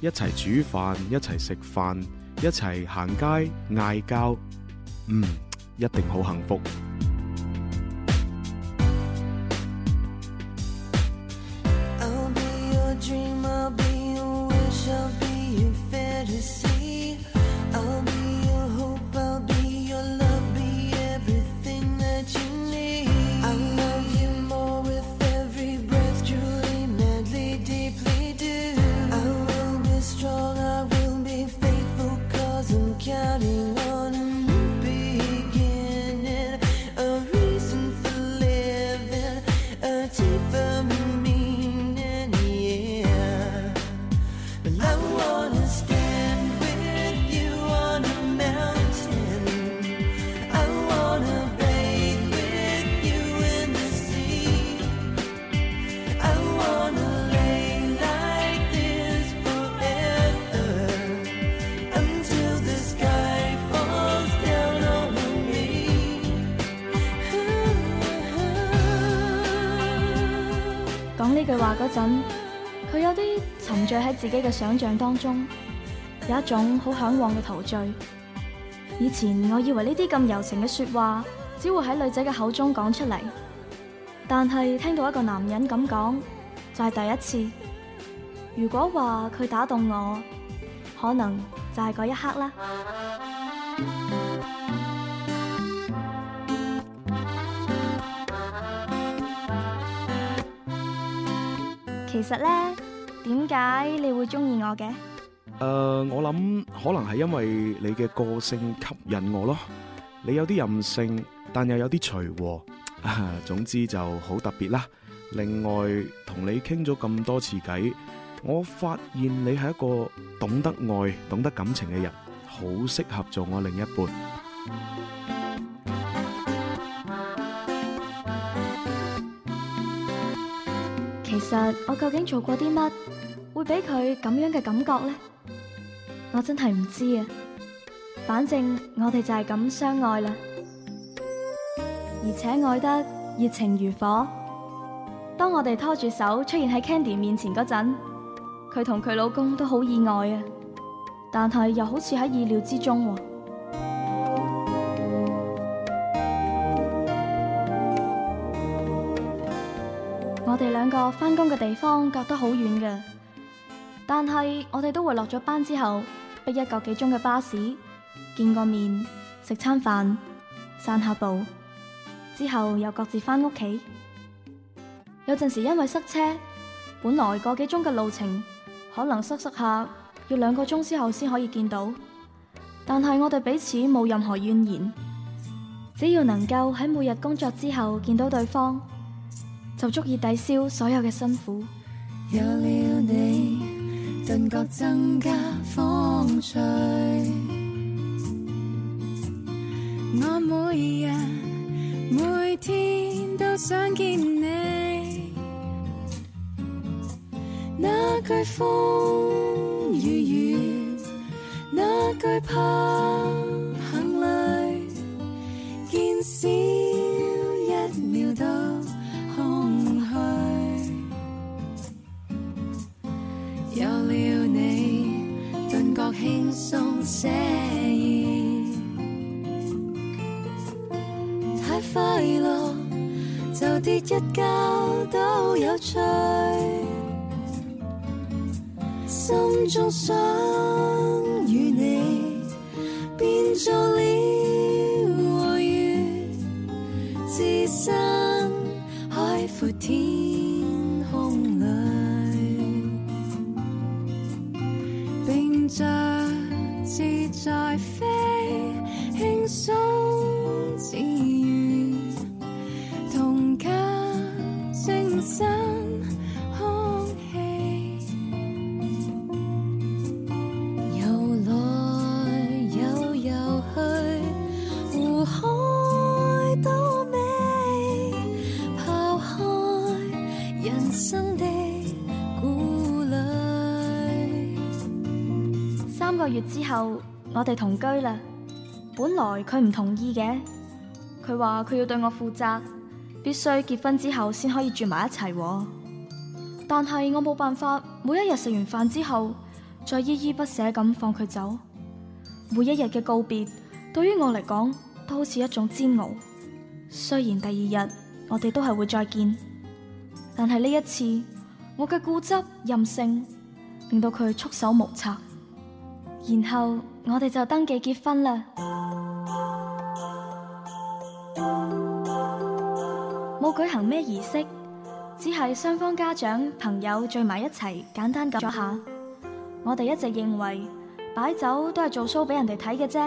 Speaker 27: 一齊煮飯，一齊食飯，一齊行街嗌交，嗯，一定好幸福。
Speaker 28: I'll be your dream, I'll be your wish, I'll be your fantasy. I'll be your hope, I'll be your love, be everything that you need. I love you more with every breath, truly, madly, deeply do. I will be strong, I will be faithful, cause I'm counting on you.
Speaker 26: 呢句話嗰陣，佢有啲沉醉喺自己嘅想像當中，有一種好嚮往嘅陶醉。以前我以為呢啲咁柔情嘅説話，只會喺女仔嘅口中講出嚟，但係聽到一個男人咁講，就係第一次。如果話佢打動我，可能就係嗰一刻啦。其實呢，點解你會中意我嘅？
Speaker 9: 誒、我諗可能係因為你嘅個性吸引我咯。你有啲任性，但又有啲隨和， 啊，總之就好特別啦。另外，同你傾咗咁多次偈，我發現你係一個懂得愛、懂得感情嘅人，好適合做我另一半。
Speaker 26: 其實我究竟做過啲乜，會俾佢咁樣嘅感覺呢？我真係唔知啊。反正我哋就係咁相愛啦，而且愛得熱情如火。當我哋拖住手出現喺 Candy 面前嗰陣，佢同佢老公都好意外啊，但係又好似喺意料之中喎。我哋兩個翻工嘅地方隔得好遠嘅，但係我哋都會落咗班之後，逼一個幾鐘嘅巴士，見個面，食餐飯，散下步，之後又各自翻屋企。有陣時因為塞車，本來個幾鐘嘅路程，可能塞塞下要兩個鐘之後先可以見到，但係我哋彼此冇任何怨言，只要能夠喺每日工作之後見到對方。就足以抵消所有嘅辛苦。
Speaker 7: 有了你，頓覺增加風趣。我每日每天都想見你，那句風與雨，那句怕行淚，見少一秒都。空虛，有了你，頓覺輕鬆寫意。太快樂就跌一跤都有趣，心中想與你變做了和月，置身海闊天空裏，並着自在飛，輕鬆自如，同吸清新空氣，游來又游去，湖海多美。拋開人生的顧慮，
Speaker 26: 三個月之後，我哋同居啦。本來佢唔同意嘅，佢話佢要對我負責，必須結婚之後先可以住埋一齊喎。但係我冇辦法，每一日食完飯之後，再依依不捨咁放佢走。每一日嘅告別，對於我嚟講都好似一種煎熬。雖然第二日我哋都係會再見，但係呢一次，我嘅固執任性令到佢束手無策。然後我哋就登記結婚啦。冇舉行咩儀式，只係雙方家長朋友聚埋一齊，簡單咁咗下。我哋一直認為擺酒都係做 show 俾人哋睇嘅啫，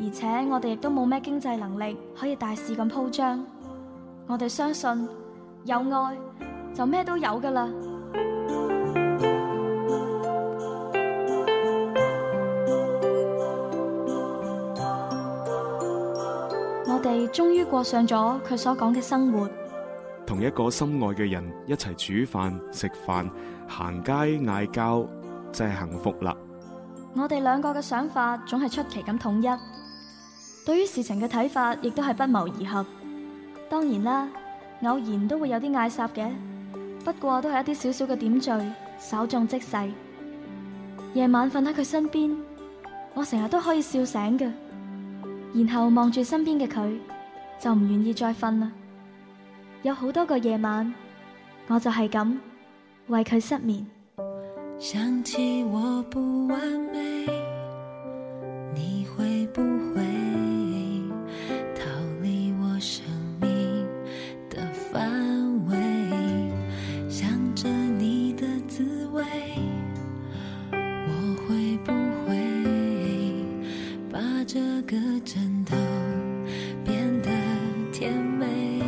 Speaker 26: 而且我哋亦都冇咩經濟能力可以大肆咁鋪張。我哋相信有愛就咩都有噶啦。我哋終於過上咗佢所講嘅生活。
Speaker 9: 同一個心愛嘅人一齊煮飯、食飯、行街、嗌交，真係幸福啦！
Speaker 26: 我哋兩個嘅想法總係出奇咁統一，對於事情嘅睇法亦都係不謀而合。當然啦，偶然都會有啲嗌霎嘅，不過都係一啲少少嘅點綴，稍縱即逝。夜晚瞓喺佢身邊，我成日都可以笑醒嘅，然後望住身邊嘅佢，就唔願意再瞓啦。有好多個夜晚，我就係咁為佢失眠。
Speaker 29: 想起我不完美，你会不会逃离我生命的范围？想着你的滋味，我会不会把这个枕头变得甜美？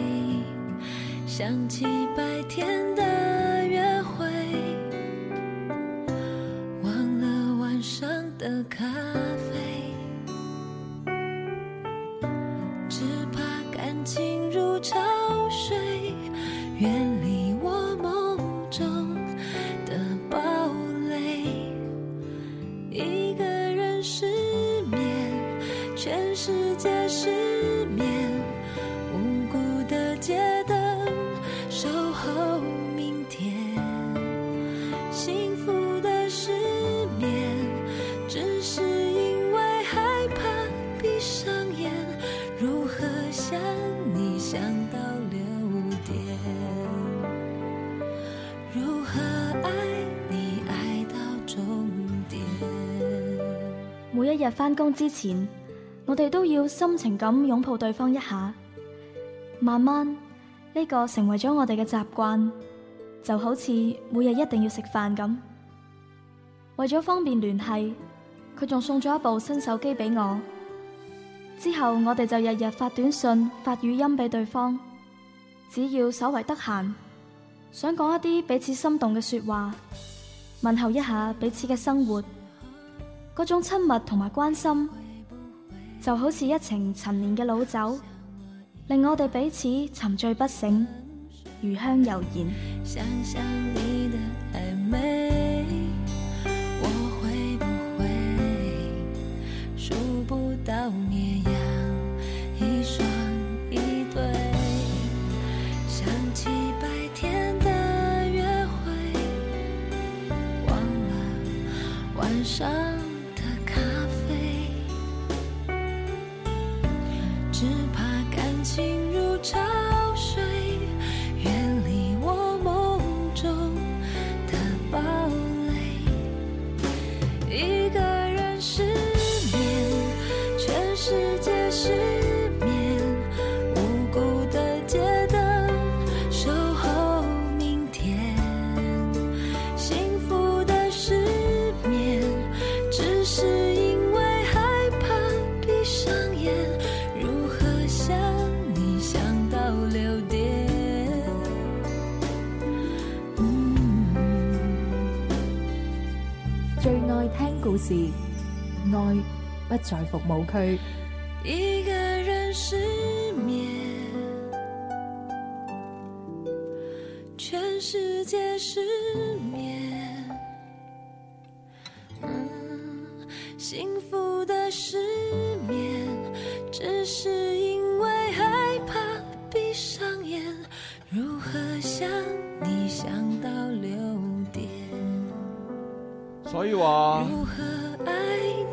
Speaker 29: 想起白天的约会。忘了晚上的咖啡，只怕感情如潮水，远离我梦中的堡垒。一个人失眠，全世界失眠，无辜的街灯守候明天。幸福的失眠，只是因为害怕闭上眼，如何想你想到六点？如何爱你爱到终点？
Speaker 26: 每一日返工之前，我哋都要深情咁擁抱對方一下。慢慢呢個成為咗我哋嘅習慣，就好似每日一定要食飯咁。為咗方便聯繫，佢仲送咗一部新手機俾我。之後我哋就日日發短信、發語音俾對方，只要稍為得閒，想講一啲彼此心動嘅說話，問候一下彼此嘅生活。嗰種親密同埋關心，就好似一程陳年嘅老酒，令我哋彼此沉醉不醒，餘香悠然。
Speaker 29: 想想你的暧昧，我会不会数不到绵羊一双一对？想起白天的约会，忘了晚上的咖啡，只怕感情如潮水。远离我梦中的堡垒，一个人失眠，全世界失眠，无辜的街灯守候明天，幸福的失眠，只是因为害怕闭上眼，如何想你想到六点？
Speaker 30: 最愛聽故事，愛不在服務區。
Speaker 29: 一个人失眠，全世界失眠，嗯，幸福的失眠，只是因为害怕闭上眼，如何想你想到六点，
Speaker 8: 所以
Speaker 9: 啊
Speaker 8: 話
Speaker 29: 爱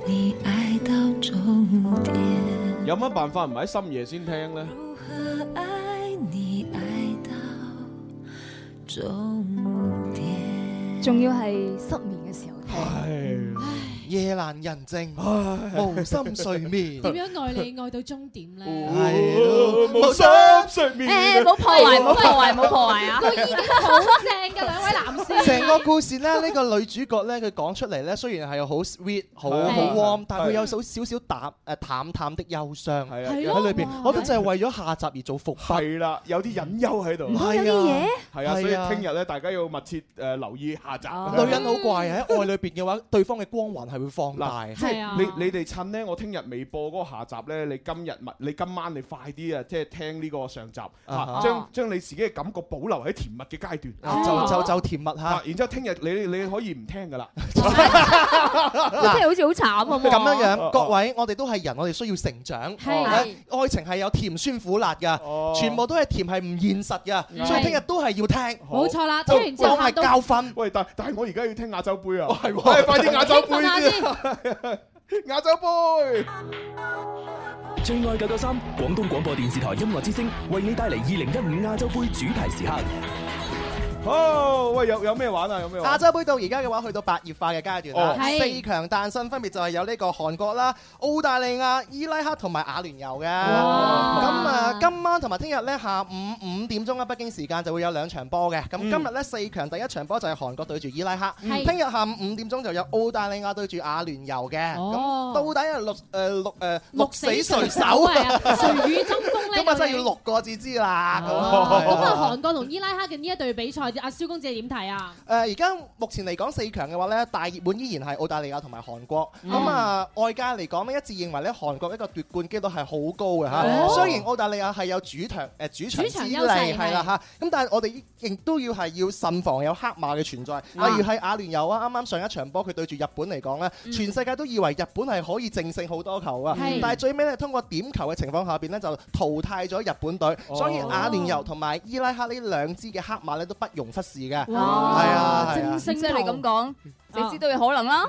Speaker 29: 你爱到终点。
Speaker 8: 有乜辦法唔喺深夜先聽呢？
Speaker 11: 仲要係失眠嘅時候
Speaker 10: 聽。夜闌人靜，無心睡眠。
Speaker 4: 點樣愛 你愛到終點咧？
Speaker 9: 哦
Speaker 10: 係咯無心睡眠。
Speaker 4: 誒冇破壞冇破壞
Speaker 11: 冇 破壞啊
Speaker 4: 個意見好正嘅兩位男士。
Speaker 10: 成個故事咧，呢個女主角咧，佢講出嚟咧，雖然係好
Speaker 8: 啊
Speaker 10: sweet、好好
Speaker 4: 係
Speaker 10: warm，但係佢
Speaker 4: 係
Speaker 10: 有少少少淡誒淡淡的憂傷
Speaker 8: 係
Speaker 10: 喺
Speaker 8: 咯
Speaker 10: 裏邊
Speaker 8: 哇。
Speaker 10: 我覺得就係為咗下集而做伏筆。係
Speaker 8: 啦，有啲隱憂喺度。
Speaker 10: 係 啊，
Speaker 8: 係啊，所以
Speaker 10: 係啊
Speaker 8: 聽日咧，大家要密切
Speaker 9: 呃
Speaker 8: 誒留意下集。
Speaker 10: 女人好怪啊！喺愛裏邊嘅話，對方嘅光環係會放大。
Speaker 8: 即係你你哋趁呢，我聽日未播嗰個下集呢，你今日咪你今晚你快啲啊，即係聽呢個上集，
Speaker 10: 啊
Speaker 8: 啊將將你自己嘅感覺保留喺甜蜜嘅階段，
Speaker 10: 啊就就就甜蜜嚇
Speaker 9: 啊，然之後聽日你你可以唔聽噶啦。
Speaker 28: 啊
Speaker 11: 即係好似好慘咁喎。啊
Speaker 10: 咁樣樣，
Speaker 9: 哦
Speaker 10: 各位，我哋都係人，我哋需要成長。
Speaker 11: 係
Speaker 10: 係愛情係有甜酸苦辣
Speaker 9: 哦
Speaker 10: 㗎，全部都係甜係唔現實㗎，所以聽日都係要聽。
Speaker 4: 冇錯啦
Speaker 10: 就
Speaker 4: 聽完之後
Speaker 10: 當係
Speaker 4: 嚇到
Speaker 10: 教訓。
Speaker 9: 喂，但但係我而家要聽亞洲杯啊！係
Speaker 10: 喎
Speaker 9: 快啲啊亞洲
Speaker 4: 興奮下
Speaker 9: 杯
Speaker 4: 先
Speaker 9: 先，亞洲杯。
Speaker 6: 最愛九九三，廣東廣播電視台音樂之聲為你帶嚟二零一五亞洲杯主題時刻。
Speaker 9: 好，哦喂，有有咩玩啊？有咩玩？
Speaker 10: 亞洲杯到而家嘅話，去到白熱化嘅階段
Speaker 9: 哦
Speaker 10: 啦，四強誕生分別就係有呢個韓國啦、澳大利亞、伊拉克同埋阿聯酋嘅。咁啊，今晚同埋聽日呢，下午五點鐘嘅北京時間就會有兩場波嘅。
Speaker 9: 嗯
Speaker 10: 咁今日呢，四強第一場波就係韓國對住伊拉克，
Speaker 6: 係
Speaker 10: 聽日下午五點鐘就有澳大利亞對住阿聯酋嘅。咁
Speaker 6: 哦
Speaker 10: 到底係六誒六誒六死
Speaker 4: 誰
Speaker 10: 誰手
Speaker 4: 手啊 誰與爭鋒呢
Speaker 10: 咁啊
Speaker 4: 究
Speaker 10: 真係
Speaker 4: 竟
Speaker 10: 要六個字知啦。咁
Speaker 4: 哦咁啊，韓國同伊拉克嘅呢一隊比賽，阿蕭公子你點睇啊？
Speaker 10: 誒呃而家目前嚟講四強嘅話咧，大熱門依然係澳大利亞同埋韓國。
Speaker 4: 嗯
Speaker 10: 咁啊，外界嚟講咧，一致認為咧韓國一個奪冠機率係好高嘅
Speaker 6: 哦
Speaker 10: 嚇。雖然澳大利亞係有主場誒主場
Speaker 6: 主場
Speaker 10: 之
Speaker 6: 優
Speaker 10: 利
Speaker 6: 勢
Speaker 10: 係啦嚇，咁但係我哋亦都要係要慎防有黑馬嘅存在。例如係阿聯酋啊，啱啱上一場波佢對住日本嚟講咧，
Speaker 6: 嗯
Speaker 10: 全世界都以為日本係可以淨勝好多球啊
Speaker 6: 係，
Speaker 10: 但係最尾咧通過點球嘅情況下邊咧就淘汰咗日本隊，所以
Speaker 6: 哦
Speaker 10: 阿聯酋同埋伊拉克呢兩支嘅黑馬咧都不容忽視嘅。係
Speaker 11: 哇
Speaker 10: 啊，係啊
Speaker 11: 哦正即係你咁啊講，你知道有可 能啦。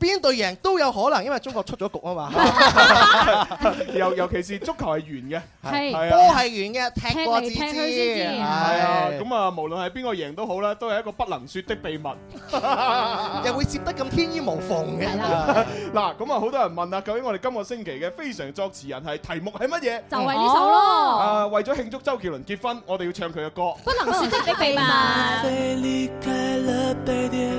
Speaker 10: 邊隊贏都有可能，因為中國出咗局啊嘛。
Speaker 9: 尤尤其是足球係圓嘅，
Speaker 10: 係
Speaker 9: 啊
Speaker 10: 波係圓嘅，踢過至知。係
Speaker 9: 係啊，咁啊，無論係邊個贏都好啦，都係一個不能説的秘密。
Speaker 11: 啊
Speaker 10: 又會接得咁天衣無縫嘅。
Speaker 9: 嗱，咁啊，好多人問啦，究竟我哋今個星期嘅非常作詞人係題目係乜嘢？
Speaker 4: 就係呢首咯哦
Speaker 9: 啊，為咗慶祝周杰倫結婚，我哋要唱佢嘅歌。
Speaker 4: 不能說的秘密。
Speaker 6: 飞离开了北点，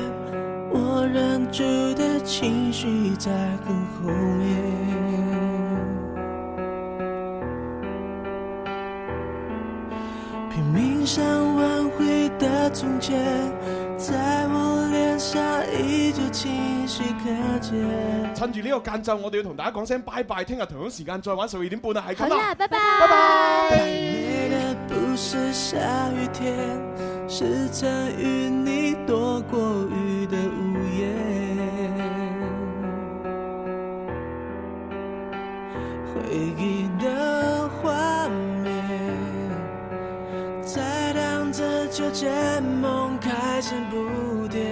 Speaker 6: 我忍住的情绪在很后面，拼命想挽回的从前，在我脸上依旧清晰可见。
Speaker 9: 趁住呢個間晝，我哋要同大家講聲拜拜，聽日同樣時間再玩十二點半啊，係咁
Speaker 6: 好啦
Speaker 9: 啦，
Speaker 6: 拜拜
Speaker 9: 拜拜。
Speaker 6: 美的不是下雨天，是曾与你躲过雨的午夜。回忆的画面，在荡着秋千梦开始不甜。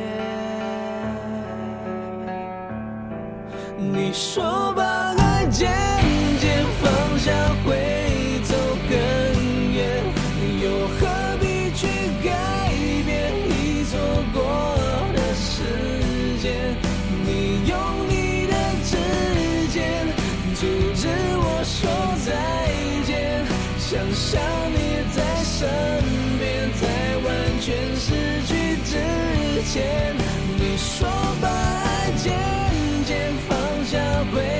Speaker 6: 你说把爱渐渐放下会走更远，你又何必去改变已错过的时间？你用你的指尖阻止我说再见，想象你在身边，在完全失去之前，你说把爱渐渐放下会